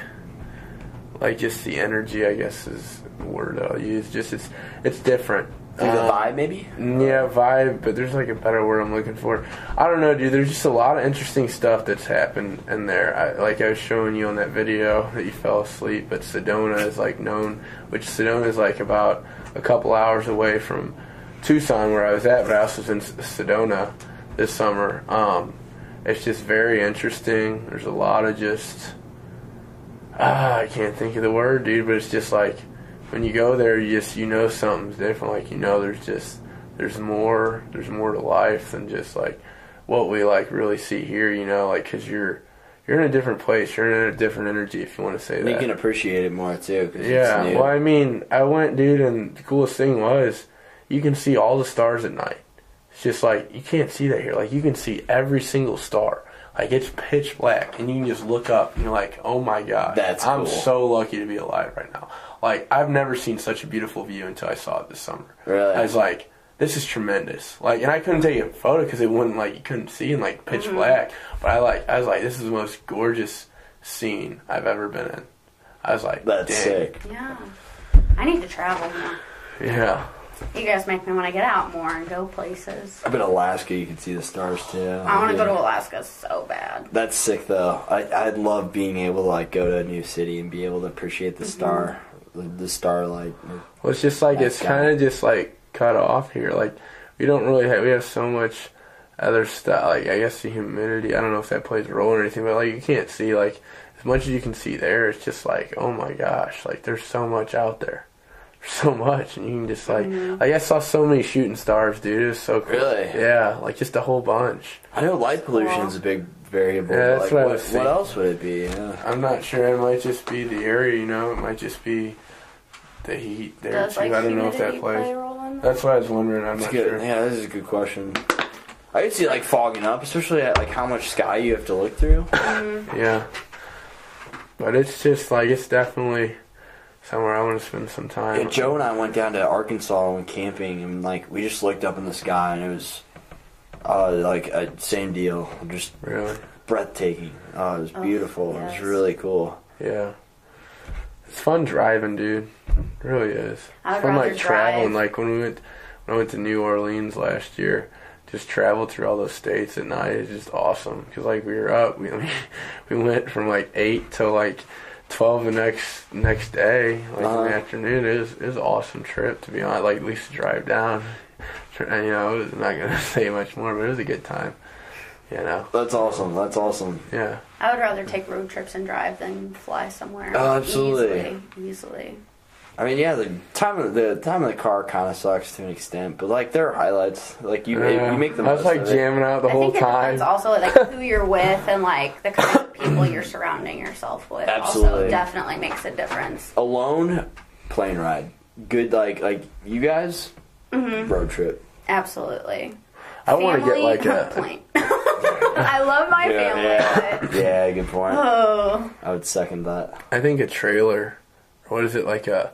like just the energy, I guess, is the word I'll use. Just it's it's different. Through the Um, vibe, maybe. yeah, vibe, but there's like a better word I'm looking for. I don't know, dude. There's just a lot of interesting stuff that's happened in there. I, like I was showing you on that video that you fell asleep, but Sedona is like known, which Sedona is like about a couple hours away from Tucson where I was at, but I also was in S- Sedona this summer. Um, it's just very interesting. There's a lot of just. Ah, I can't think of the word, dude, but it's just like when you go there, you just you know something's different. Like you know, there's just there's more there's more to life than just like what we like really see here. You know, like because you're you're in a different place, you're in a different energy, if you want to say You that. can appreciate it more too. 'cause yeah, It's new. well, I mean, I went, dude, and the coolest thing was you can see all the stars at night. It's just like you can't see that here. Like you can see every single star. Like it's pitch black, and you can just look up, and you're like, "Oh my god, That's I'm cool. so lucky to be alive right now." Like I've never seen such a beautiful view until I saw it this summer. Really? I was like, "This is tremendous!" Like, and I couldn't take a photo because it wouldn't like you couldn't see in like pitch black. But I like, I was like, "This is the most gorgeous scene I've ever been in." I was like, That's "Dang." sick. Yeah. I need to travel more. Yeah. You guys make me want to get out more and go places. I bet Alaska, you can see the stars too. I want to go to Alaska so bad. That's sick though. I I love being able to like go to a new city and be able to appreciate Mm-hmm. the star, the, the starlight. Well, it's just like it's That's got kind of just like cut off here. Like we don't really have we have so much other stuff. Like I guess the humidity. I don't know if that plays a role or anything, but like you can't see like as much as you can see there. It's just like oh my gosh, like there's so much out there, There's so much, and you can just like Mm-hmm. like I saw so many shooting stars, dude. It was so cool. Really? Yeah, like just a whole bunch. I know light pollution's a big variable. Yeah, that's like, what I what, was what thinking. else would it be? Yeah. I'm not sure. It might just be the area, you know. It might just be the heat there Does too. like I don't know if humidity that plays. play a role in that? That's what I was wondering. I'm not That's good. sure. Yeah, this is a good question. I could see like fogging up, especially at like how much sky you have to look through. Yeah. But it's just like it's definitely somewhere I want to spend some time. Yeah, Joe and I went down to Arkansas and went camping, and like we just looked up in the sky, and it was uh, like a same deal, just Really? breathtaking. Uh, it was Oh, beautiful. It yes. was really cool. Yeah. It's fun driving, dude. It really is. I would it's fun rather like traveling. drive. Like when we went when I went to New Orleans last year, just traveled through all those states at night. It's just awesome because like we were up, we we went from like eight to like twelve the next next day, like in Uh-huh. the afternoon. It was, it was an awesome trip to be honest. Like at least to drive down. Tr- You know, I'm not gonna say much more, but it was a good time. You know, That's awesome. That's awesome. yeah. I would rather take road trips and drive than fly somewhere. Oh, absolutely. Easily. Easily. I mean, yeah, the time of the time of the car kind of sucks to an extent, but like there are highlights. Like you, Yeah. make, you make the I was most like of it. jamming out the I whole think it time. depends also like who you're with and like the kind of people you're surrounding yourself with. Also Absolutely. definitely makes a difference. Alone, plane ride. Good, like like you guys, Mm-hmm. road trip. Absolutely. I want to get Family, like a complaint. I love my family. yeah, but- yeah. Good point. Oh, I would second that. I think a trailer. What is it like a,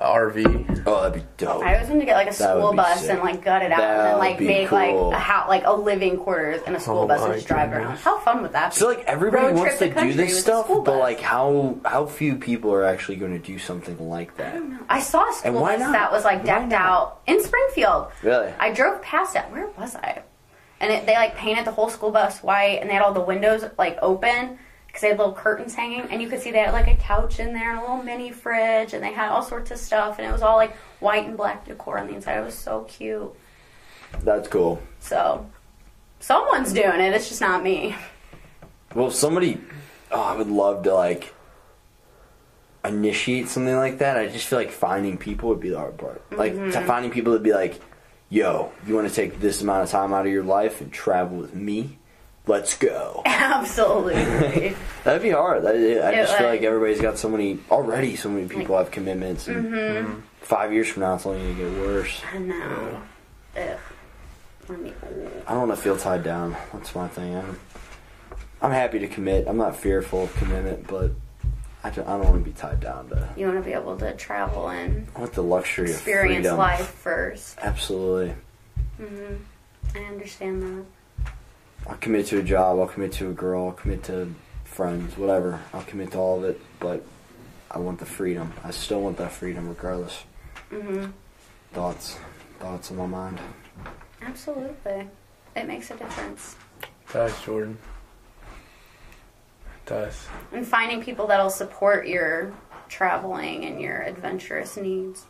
a RV? Oh, that'd be dope. I was going to get like a would school be bus sick. and like gut it out and That then would like be make cool. like a house, like a living quarters and a school Oh bus and my just drive around. goodness. How fun would that be? So like everybody Road wants trip to the do country this with a stuff, school but bus. like how how few people are actually going to do something like that? I saw a school And why bus not? that was like Why decked not? out in Springfield. Really? I drove past it. Where was I? and it, they like painted the whole school bus white, and they had all the windows like open because they had little curtains hanging, and you could see they had like a couch in there and a little mini fridge, and they had all sorts of stuff, and it was all like white and black decor on the inside. It was so cute. That's cool. So someone's doing it. It's just not me. Well, if somebody, oh, I would love to like initiate something like that. I just feel like finding people would be the hard part. Like Mm-hmm. to finding people that'd be like, "Yo, you want to take this amount of time out of your life and travel with me? Let's go." Absolutely. That'd be hard. I, I It just feel would. like everybody's got so many already. So many people have commitments. And mm-hmm. Five years from now, it's only gonna get worse. I know. Ugh. Let me. I don't want to feel tied down. That's my thing. I'm, I'm happy to commit. I'm not fearful of commitment, but I don't, I don't want to be tied down to You want to be able to travel and I want the luxury of experience freedom. life first. Mm-hmm. Absolutely. I understand that. I'll commit to a job. I'll commit to a girl. I'll commit to friends. Whatever. I'll commit to all of it. But I want the freedom. I still want that freedom, regardless. Mm-hmm. Thoughts. Thoughts in my mind. Absolutely. It makes a difference. does, Jordan. does. And finding people that'll support your traveling and your adventurous needs.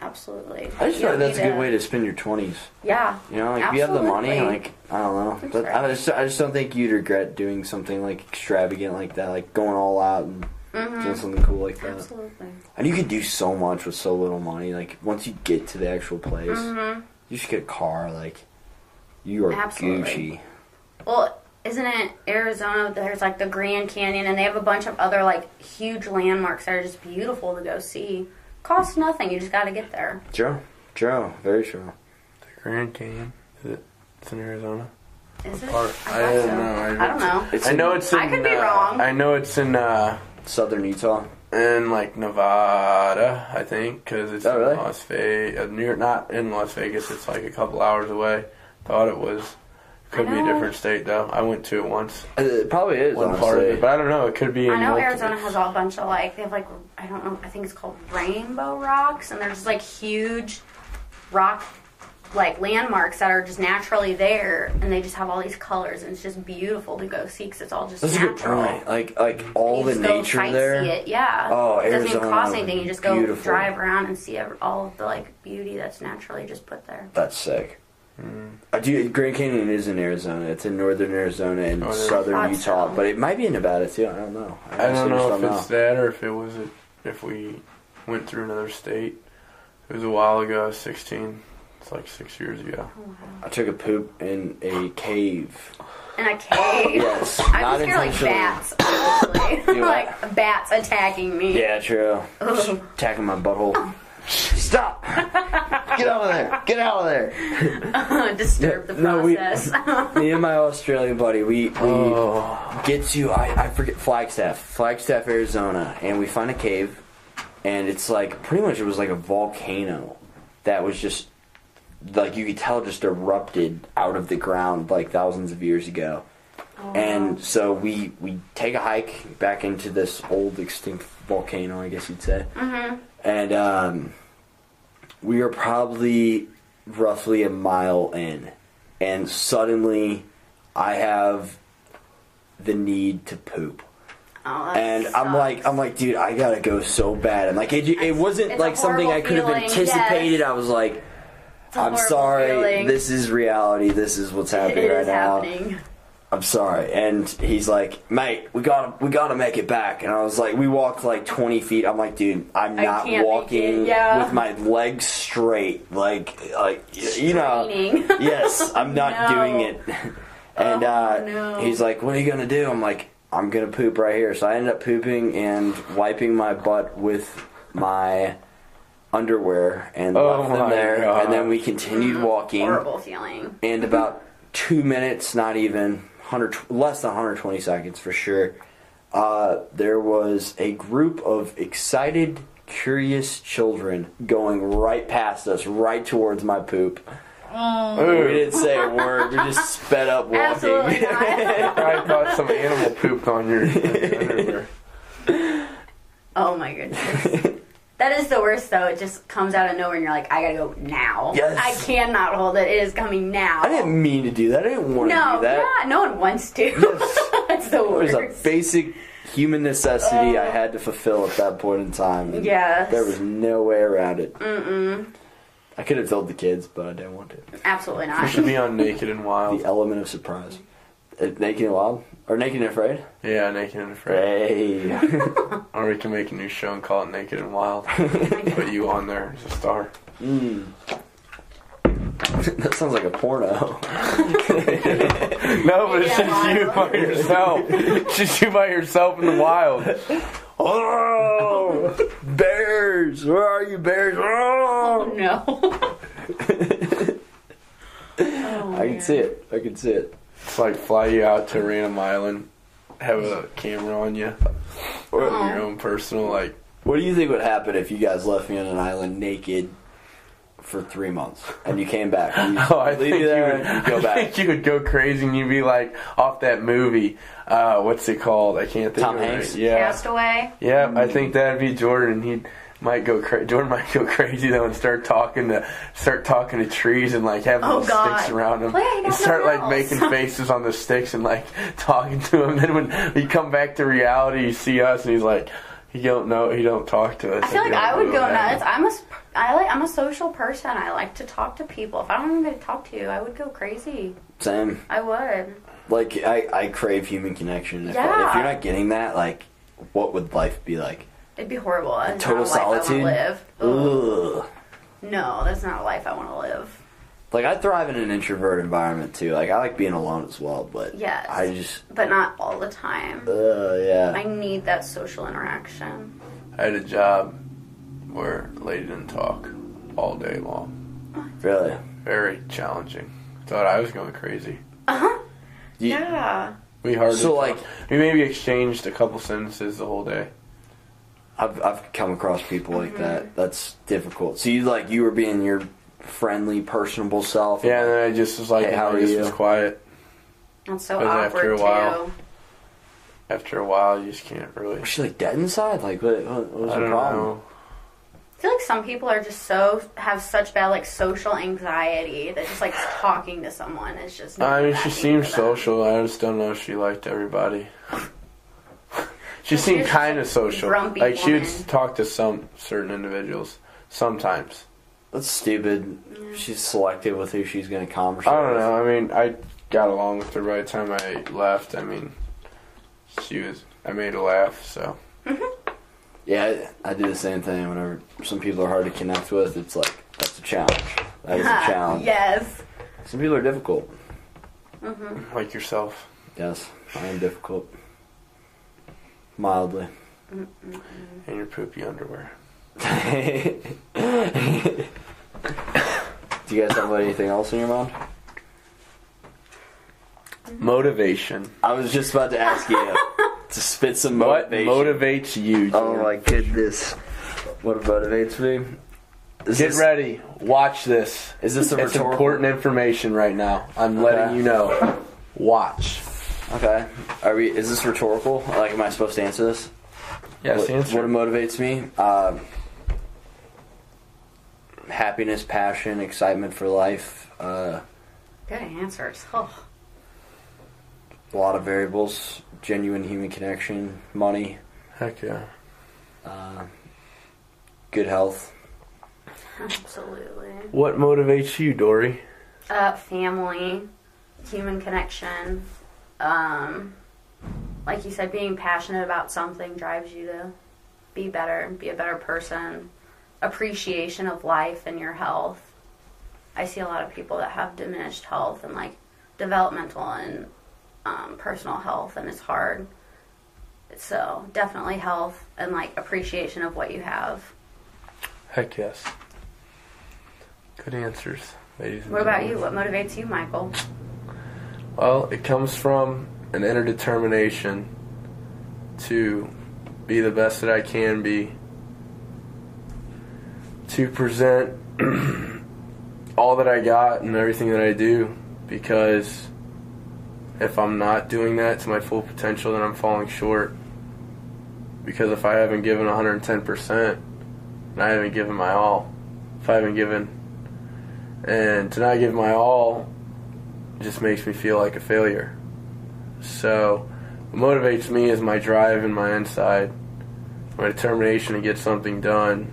Absolutely. I just You feel like don't that's a need good way to spend your twenties. Yeah. You know, like if you have the money, Absolutely. like I don't know. That's But I right. just I just don't think you'd regret doing something like extravagant like that, like going all out and Mm-hmm. doing something cool like that. Absolutely. And you could do so much with so little money. Like once you get to the actual place, Mm-hmm. you should get a car. Like you are Absolutely. Gucci. Well, isn't it Arizona? There's like the Grand Canyon, and they have a bunch of other like huge landmarks that are just beautiful to go see. Costs nothing. You just got to get there. Joe, Joe, very true. The Grand Canyon. Is it? It's in Arizona. Is it? Or- I thought don't so. know. I I don't know. It's I know in it's. In, I could be uh, wrong. I know it's in uh, Southern Utah. in like Nevada, I think, because it's Oh, really? in Las Vegas. New York, not in Las Vegas. It's like a couple hours away. Thought it was. Could be a know. different state though. I went to it once. Uh, It probably is One honestly. part of it, but I don't know. It could be. In I know multiple- Arizona has a bunch of like they have like I don't know I think it's called rainbow rocks and they're just like huge rock like landmarks that are just naturally there and they just have all these colors and it's just beautiful to go see because it's all just That's a natural. good point. Like like all You the just go nature sightsee there. It. Yeah. Oh, it doesn't even Arizona cost would anything. be You just go beautiful. drive around and see ev- all of the like beauty that's naturally just put there. That's sick. I do. Grand Canyon is in Arizona. It's in northern Arizona and Northern. southern Thought Utah, so. but it might be in Nevada too. I don't know. Oh, I don't honestly know just if it's that or if it was a, if we went through another state. It was a while ago. I was 16. It's like six years ago. I took a poop in a cave. In a cave. Yes, I'm just scared like bats, honestly. You what? like bats attacking me. Yeah, true. Just attacking my butthole. Stop! Get out of there! Get out of there! Disturb the No, we- process. Me and my Australian buddy, we, we Oh, get to I, I forget Flagstaff, Flagstaff, Arizona, and we find a cave, and it's like pretty much it was like a volcano that was just like you could tell just erupted out of the ground like thousands of years ago. And so we we take a hike back into this old extinct volcano, I guess you'd say. And um, we are probably roughly a mile in, and suddenly I have the need to poop. Oh, that And I'm like, I'm like, dude, I gotta go so bad. And like, it, it wasn't It's a like something I horrible could have feeling, anticipated. yes. I was like, a I'm horrible sorry. feeling. This is reality. This is what's It happening right is now. happening. I'm sorry. And he's like, mate, we gotta, we gotta make it back. And I was like, we walked like 20 feet. I'm like, dude, I'm I not can't make walking it, yeah. with my legs straight. Like, like y- you know, Straining. yes, I'm not No. doing it. and Oh, uh, no. he's like, what are you gonna do? I'm like, I'm gonna poop right here. So I ended up pooping and wiping my butt with my underwear and Oh left them my there. God. And then we continued walking Horrible feeling. and about two minutes, not even 100, less than 120 seconds for sure. Uh, there was a group of excited, curious children going right past us, right towards my poop. We Ooh, didn't say a word. We just sped up walking. Absolutely not. I thought some animal pooped on your underwear. oh my goodness. That is the worst though. It just comes out of nowhere and you're like, I gotta go now. Yes. I cannot hold it. It is coming now. I didn't mean to do that. I didn't want to no, do that. yeah, no one wants to. That's the It was worst. a basic human necessity I had to fulfill at that point in time. and Oh. Yes. There was no way around it. Mm-mm. I could have told the kids, but I didn't want to. Absolutely We not. should be on Naked and Wild. The element of surprise. Uh, Naked and Wild? Or Naked and Afraid? Yeah, Naked and Afraid. Hey. Or we can make a new show and call it Naked and Wild. Put you on there as a star. that sounds like a porno. No, but it's just you Naked and by Wild. yourself. It's just you by yourself in the wild. Oh, bears! Where are you, bears? Oh. no. I Oh, can see it. I can see it. It's like fly you out to random island, have a camera on you, or your own personal like. What do you think would happen if you guys left me on an island naked for three months and you came back? And you Oh, I leave think you, you there would, and you go I back. think you would go crazy and you'd be like off that movie. Uh, what's it called? I can't think Tom of it. Hanks? Yeah. Castaway. Yeah, I think that'd be Jordan. He might go cra- Jordan might go crazy though and start talking to start talking to trees and like have Oh, little God. sticks around him Wait, I and don't start know like else. making faces on the sticks and like talking to him. Then when we come back to reality, you see us and he's like, he don't know, he don't talk to us. I feel He like don't I would know go what nuts. happened. I'm a, sp- I like, I'm a social person. I like to talk to people. If I don't even get to talk to you, I would go crazy. Same. I would. Like I, I crave human connection. If, I- Yeah. if you're not getting that, like, what would life be like? It'd be horrible. That's Total not a life solitude. I want to live. Ugh. Ugh. No, that's not a life I want to live. Like I thrive in an introvert environment too. Like I like being alone as well, but Yes. I just, But not all the time. uh, yeah. I need that social interaction. I had a job where a lady didn't talk all day long. Really? Very challenging. Thought I was going crazy. You- Uh-huh. Yeah. We hardly So, talked. like- we maybe exchanged a couple sentences the whole day. I've I've come across people like Mm-hmm. that. That's difficult. So you like you were being your friendly, personable self. Yeah, and then I just was like, Hey, how I are just you? was quiet. That's so But then awkward, after a while- too. After a while, you just can't really. Was she like dead inside? Like what? What, what was I the don't problem? know. I feel like some people are just so, have such bad, like, social anxiety that just, like, talking to someone is just. not I mean, that she thing seemed for them. social. I just don't know if she liked everybody. she She seemed was just kind a of social. grumpy Like she would woman. talk to some certain individuals sometimes. That's stupid. She's selective with who she's gonna converse. I don't with. know. I mean, I got along with her by the time I left. I mean, she was. I made her laugh. So Yeah, I, I do the same thing. Whenever some people are hard to connect with, it's like that's a challenge. That is a challenge. Yes. Some people are difficult. like yourself. Yes, I am difficult. Mildly. And your poopy underwear. do you guys have anything else in your mind? Motivation. I was just about to ask you to spit some What motivation. motivates you? oh Jordan? my goodness. What motivates me? Is Get this, ready. Watch this. Is this a It's rhetorical? important information right now. I'm letting Okay. you know. Watch. Okay. Are we? Is this rhetorical? Like, am I supposed to answer this? Yes, what, what motivates me? Um, happiness, passion, excitement for life. Uh, Good answers. Oh. a lot of variables. Genuine human connection. Money. Heck yeah. Uh, good health. Absolutely. What motivates you, Dory? Uh, family, human connection. Um, like you said, being passionate about something drives you to be better and be a better person. Appreciation of life and your health. I see a lot of people that have diminished health and like developmental and um, personal health, and it's hard. So definitely health and like appreciation of what you have. Heck yes. Good answers, ladies and What about you? gentlemen. What motivates you, Michael? Well, it comes from an inner determination to be the best that I can be, to present all that I got and everything that I do, because if I'm not doing that to my full potential, then I'm falling short. Because if I haven't given 110%, and I haven't given my all. If I haven't given, and to not give my all, just makes me feel like a failure. So, what motivates me is my drive and my inside, my determination to get something done,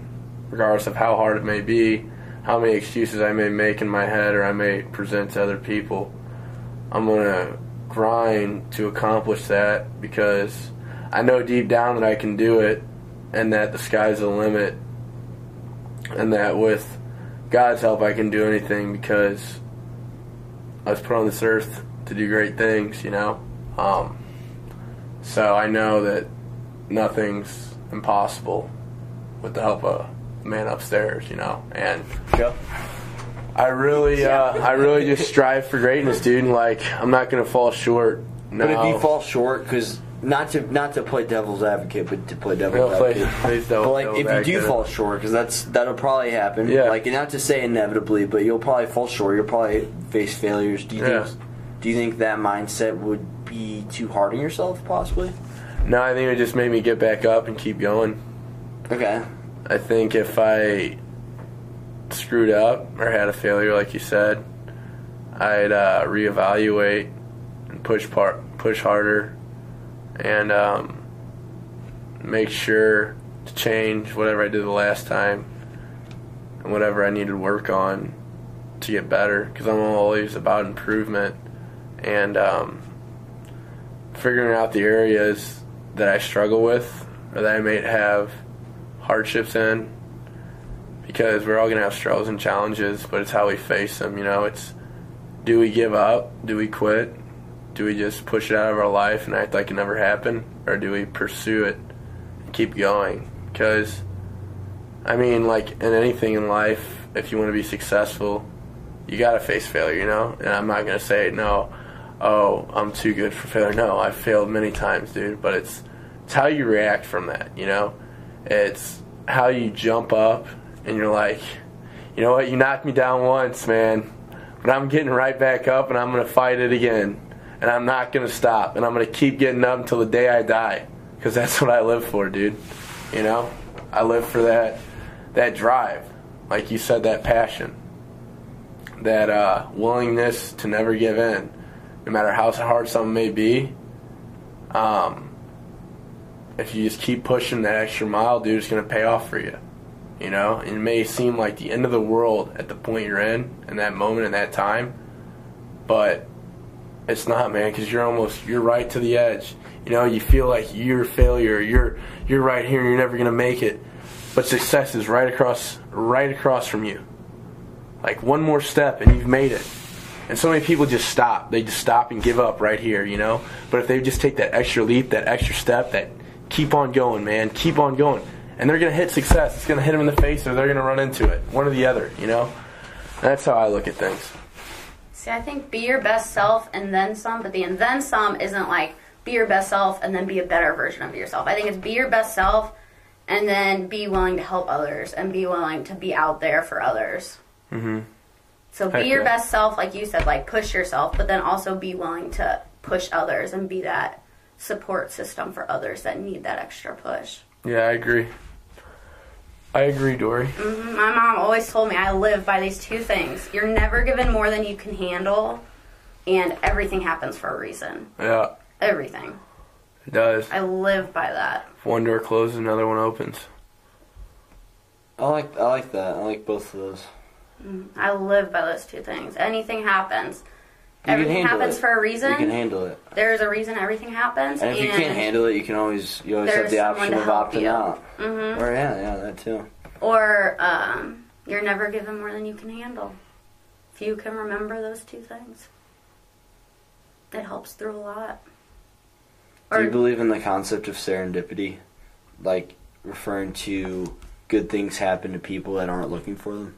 regardless of how hard it may be, how many excuses I may make in my head or I may present to other people. I'm gonna grind to accomplish that because I know deep down that I can do it and that the sky's the limit and that with God's help I can do anything because I was put on this earth to do great things, you know? Um, so I know that nothing's impossible with the help of the man upstairs, you know? And I really, uh, I really just strive for greatness, dude. And like, I'm not gonna fall short. No. But if you fall short, because not to not to play devil's advocate, but to play devil's No, please- advocate. please don't- But like, don't if you advocate do it. fall short, because that's that'll probably happen. Yeah. Like, not to say inevitably, but you'll probably fall short. You'll probably face failures. Do you Yeah. think? Do you think that mindset would be too hard on yourself, possibly? no, I think it just made me get back up and keep going. Okay. I think if I screwed up or had a failure, like you said, I'd uh, reevaluate and push par- push harder, and um, make sure to change whatever I did the last time and whatever I need to work on to get better. Because I'm always about improvement and um, figuring out the areas that I struggle with or that I may have hardships in because we're all going to have struggles and challenges, but it's how we face them, you know? It's do we give up? Do we quit? Do we just push it out of our life and act like it never happened? Or do we pursue it and keep going? Because, I mean, like in anything in life, if you want to be successful, you got to face failure, you know? And I'm not going to say, no, oh, I'm too good for failure. No, I've failed many times, dude. But it's, it's how you react from that, you know? It's how you jump up and you're like, you know what, you knocked me down once, man, but I'm getting right back up and I'm going to fight it again. And I'm not going to stop. And I'm going to keep getting up until the day I die. Because that's what I live for, dude. You know? I live for that, that drive. Like you said, that passion. That uh, willingness to never give in. No matter how hard something may be, um, if you just keep pushing that extra mile, dude, it's gonna pay off for you. You know, it may seem like the end of the world at the point you're in, in that moment, in that time, but it's not, man, because you're almost you're right to the edge. You know, you feel like you're a failure. You're you're right here. You're never gonna make it, but success is right across right across from you. Like one more step, and you've made it. And so many people just stop. They just stop and give up right here, you know? But if they just take that extra leap, that extra step, that keep on going, man, keep on going. And they're going to hit success. It's going to hit them in the face or they're going to run into it. One or the other, you know? That's how I look at things. See, I think be your best self and then some, but the and then some isn't like be your best self and then be a better version of yourself. I think it's be your best self and then be willing to help others and be willing to be out there for others. So be Heck your yeah. best self, like you said, like push yourself, but then also be willing to push others and be that support system for others that need that extra push. Yeah, I agree. I agree, Dory. My mom always told me I live by these two things. You're never given more than you can handle, and everything happens for a reason. Yeah, Everything. it does. I live by that. One door closes, another one opens. I like I like that. I like both of those. I live by those two things. Anything happens. You can everything handle happens it. for a You can reason. handle it, There's a reason everything happens. and if you can't handle it, you can always you always have There's the someone option to of help opting you. out. Mm-hmm. Or yeah, yeah, that too. Or um, you're never given more than you can handle. If you can remember those two things, it helps through a lot. Do Or- you believe in the concept of serendipity? Like referring to good things happen to people that aren't looking for them?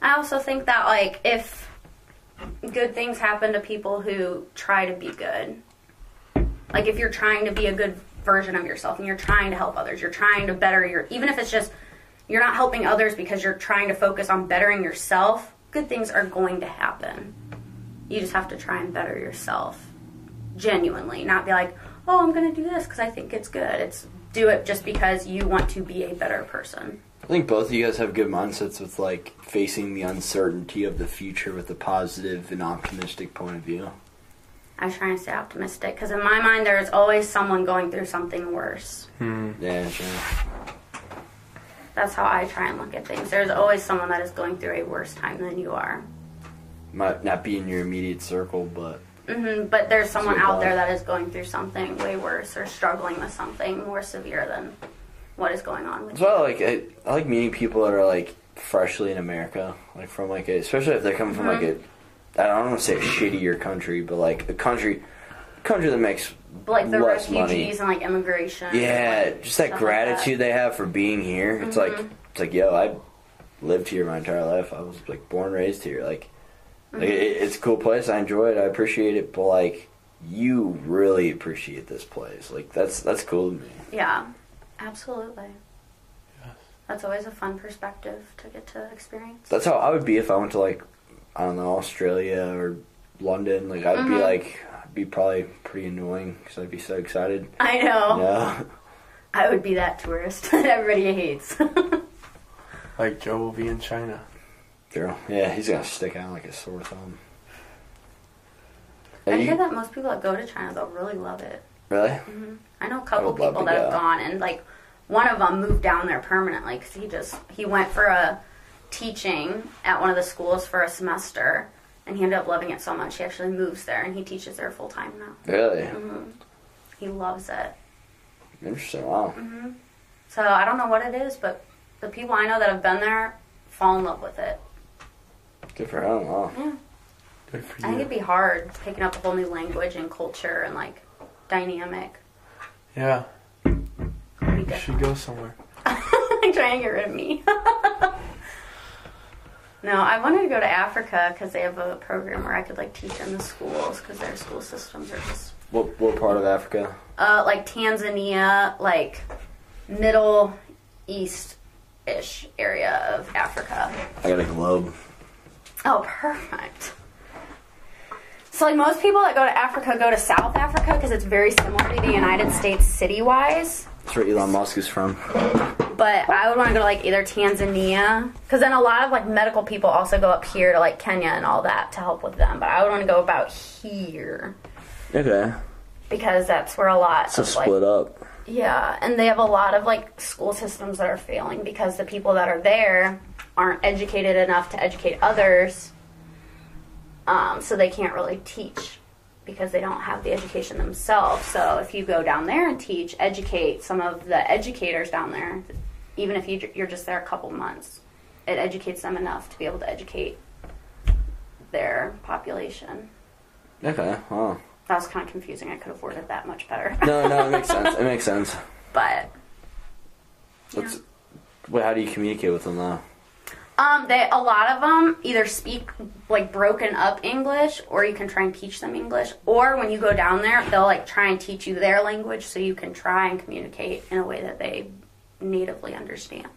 I also think that like if good things happen to people who try to be good. Like if you're trying to be a good version of yourself and you're trying to help others, you're trying to better your even if it's just you're not helping others because you're trying to focus on bettering yourself, good things are going to happen. You just have to try and better yourself genuinely, not be like, "Oh, I'm going to do this because I think it's good." It's do it just because you want to be a better person. I think both of you guys have good mindsets with like facing the uncertainty of the future with a positive and optimistic point of view. I try and stay optimistic because in my mind there is always someone going through something worse. Hmm. Yeah, sure. That's how I try and look at things. There's always someone that is going through a worse time than you are. Might not be in your immediate circle, but hmm but there's someone Sweet out there boy. that is going through something way worse or struggling with something more severe than what is going on with That's you. why I like I, I like meeting people that are like freshly in America, like from like a, especially if they're coming from like a I don't want to say a shittier country, but like a country country that makes But, like the less refugees and like immigration. money. Yeah, like, just that stuff like gratitude they have for being here. It's like it's like yo, I lived here my entire life. I was like born raised here. Like, like it, it's a cool place. I enjoy it. I appreciate it. But like you really appreciate this place. Like that's that's cool to me. Yeah, absolutely. That's always a fun perspective to get to experience. That's how I would be if I went to like I don't know Australia or London. Like I'd Mm-hmm. be like I'd be probably pretty annoying because I'd be so excited. I know. Yeah, I would be that tourist that everybody hates. Like Joe will be in China. true. Yeah, he's gonna stick out like a sore thumb. Are I you- hear that Mm-hmm. most people that go to China they'll really love it. really? I know a couple would love people to that have go. gone and like one of them moved down there permanently because he just he went for a teaching at one of the schools for a semester and he ended up loving it so much he actually moves there and he teaches there full time now. Really? Mm-hmm. He loves it. Interesting. Wow. Mm-hmm. So I don't know what it is, but the people I know that have been there fall in love with it. Good for him. Wow. Mm-hmm. Good for I think you. it'd be hard picking up a whole new language and culture and like dynamic. yeah, It'd be you should different. go somewhere. trying to get rid of me. no, I wanted to go to Africa because they have a program where I could like teach in the schools because their school systems are just What what part of Africa? uh, like Tanzania, like Middle East ish area of Africa. I got a globe. Oh, perfect. So, like most people that go to Africa go to South Africa because it's very similar to the United States city wise. That's where Elon Musk is from. But I would want to go to like either Tanzania because then a lot of like medical people also go up here to like Kenya and all that to help with them. But I would want to go about here Okay. because that's where a lot So of split like up. yeah, and they have a lot of like school systems that are failing because the people that are there aren't educated enough to educate others. Um, so they can't really teach because they don't have the education themselves. So if you go down there and teach, educate some of the educators down there, even if you, you're just there a couple months, it educates them enough to be able to educate their population. Okay. Wow. That was kind of confusing. I could have worded that much better. No, no, it makes sense. It makes sense. but What's, well, how do you communicate with them though? Um, they a lot of them either speak like broken up English, or you can try and teach them English. Or when you go down there, they'll like try and teach you their language, so you can try and communicate in a way that they natively understand.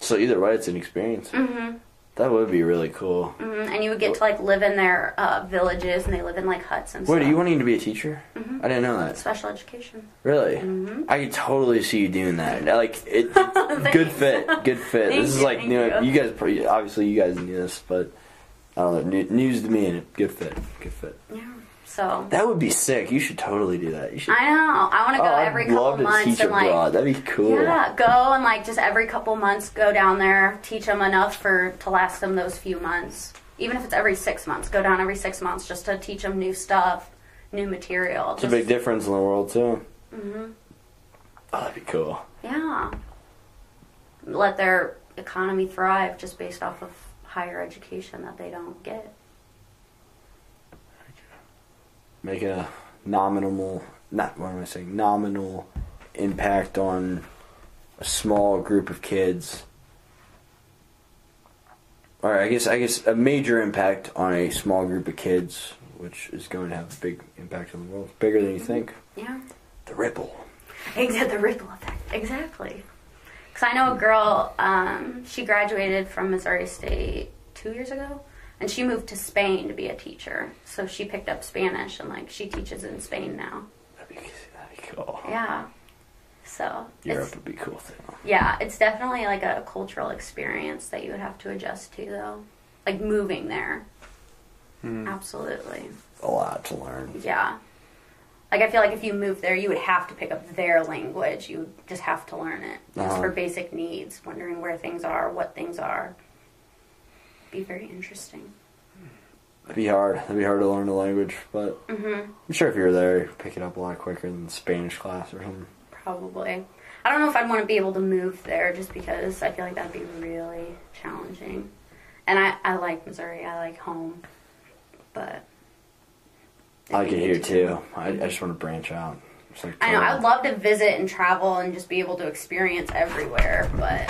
So either way, it's an experience. Mm-hmm. That would be really cool. Mhm, And you would get to like live in their uh, villages, and they live in like huts and Wait, stuff. are you wanting to be a teacher? Mm-hmm. I didn't know that. special education? Really? Mm-hmm. I could totally see you doing that. Like, it, good fit, good fit. Thank this is you, like thank new. you. You guys, probably- obviously, you guys knew this, but I don't know. new- News to me, and good fit, good fit. Yeah. So That would be sick. You should totally do that. You should. I know I want to Oh, go I'd every couple love to months teach and like abroad. That'd be cool. Yeah, go and like just every couple months go down there, teach them enough for to last them those few months. Even if it's every six months, go down every six months just to teach them new stuff, new material. It's a Just, big difference in the world too. Mm-hmm. Oh, that'd be cool. yeah, let their economy thrive just based off of higher education that they don't get. make a nominal not what am I saying nominal impact on a small group of kids or I guess I guess a major impact on a small group of kids which is going to have a big impact on the world bigger than you think Yeah. the ripple Exactly, the ripple effect. Exactly. Because I know a girl, um, she graduated from Missouri State two years ago, and she moved to Spain to be a teacher. So she picked up Spanish, and like she teaches in Spain now. that'd be, that'd be cool Yeah. So Europe it's, would be cool thing. yeah, it's definitely like a cultural experience that you would have to adjust to, though. Like moving there. Absolutely. A lot to learn. Yeah. Like I feel like if you move there, you would have to pick up their language. You would just have to learn it just Uh-huh. for basic needs, wondering where things are, what things are. Be very interesting. It'd be hard. It'd be hard to learn the language, but I'm sure if you were there, you'd pick it up a lot quicker than Spanish class or something. Probably. I don't know if I'd want to be able to move there just because I feel like that'd be really challenging. And I, I like Missouri, I like home. But I like it here too. I, I just want to branch out. It's like I know, I travel. would love to visit and travel and just be able to experience everywhere, but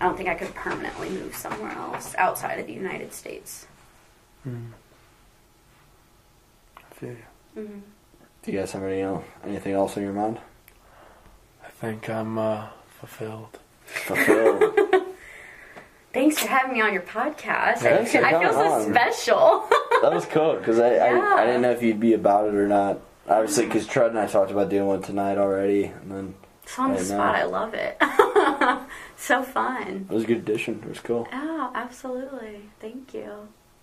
I don't think I could permanently move somewhere else outside of the United States. Do you guys have any el- anything else on your mind? I think I'm uh, fulfilled. Fulfilled. Thanks for having me on your podcast. Thanks for I feel coming so on. special. that was cool because I, Yeah. I I didn't know if you'd be about it or not. Obviously, because Trud and I talked about doing one tonight already, and then it's on I the know. spot. I love it. so fun. it was a good addition. It was cool. Oh, absolutely. Thank you.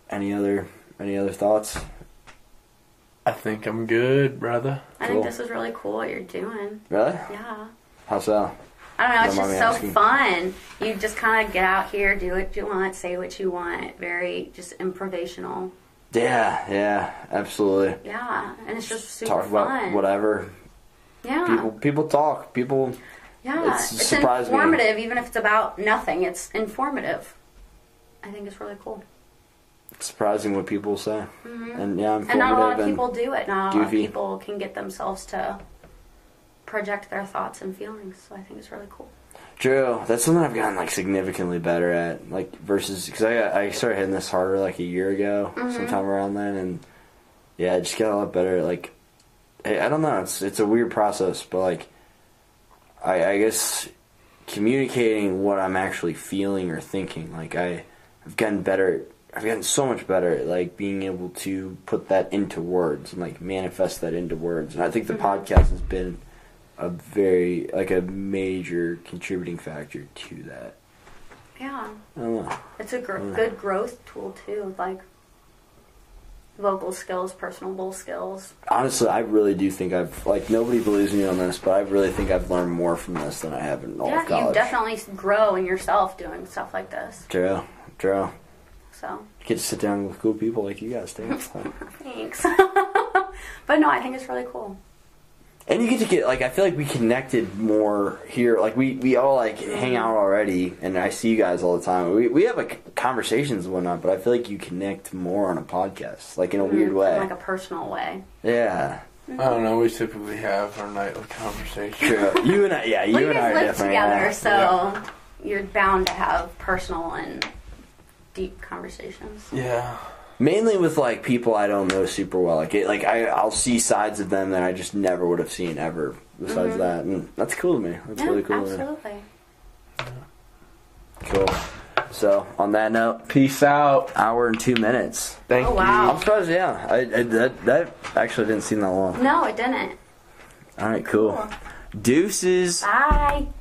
Any other any other thoughts? I think I'm good, brother. I Cool. think this is really cool what you're doing. Really? Yeah. How so? I don't know, it's Don't just so fun. You just kind of get out here, do what you want, say what you want. Very just improvisational. Yeah, yeah, absolutely. Yeah, and it's just super Talk about fun. whatever. yeah, People people talk. People yeah, it's it's, surprised me. informative. Even if it's about nothing, it's informative. I think it's really cool, it's surprising what people say. And yeah, I'm Mm-hmm. and not a lot of formative and- people do it. Not a lot of goofy. people can get themselves to project their thoughts and feelings. So I think it's really cool. True. That's something I've gotten like significantly better at, like versus because I got, I started hitting this harder like a year ago, sometime around then, and yeah, I just got a lot better. at, Like, I, I don't know, it's it's a weird process, but like, I, I guess communicating what I'm actually feeling or thinking, like I, I've gotten better. I've gotten so much better at like being able to put that into words and like manifest that into words, and I think the podcast has been a very like a major contributing factor to that. Yeah, I don't know. it's a gr- Mm. good growth tool too, like vocal skills, personable skills. Honestly, I really do think I've like nobody believes me on this, but I really think I've learned more from this than I have in all of yeah, you college. definitely grow in yourself doing stuff like this. True, true. So. You get to sit down with cool people like you guys do, So- Thanks. but no, I think it's really cool. and you get to get like I feel like we connected more here. Like we we all like hang out already, and I see you guys all the time. We we have like conversations and whatnot, but I feel like you connect more on a podcast, like in a weird way. In Mm-hmm. like a personal way. yeah, Mm-hmm. I don't know. We typically have our nightly conversation. true. you and I, yeah, you Well, you and I guys are live definitely yeah. together, so you're bound to have personal and deep conversations. Yeah. mainly with like people I don't know super well. Like it, like I I'll see sides of them that I just never would have seen ever. Besides that, and that's cool to me. Mm-hmm. That's yeah, really cool. To me. absolutely. Cool. So on that note, Peace out. hour and two minutes. Mm, Thank Oh, you. wow. I'm surprised. Yeah, I, I that that actually didn't seem that long. No, it didn't. All right, cool. Deuces. Bye.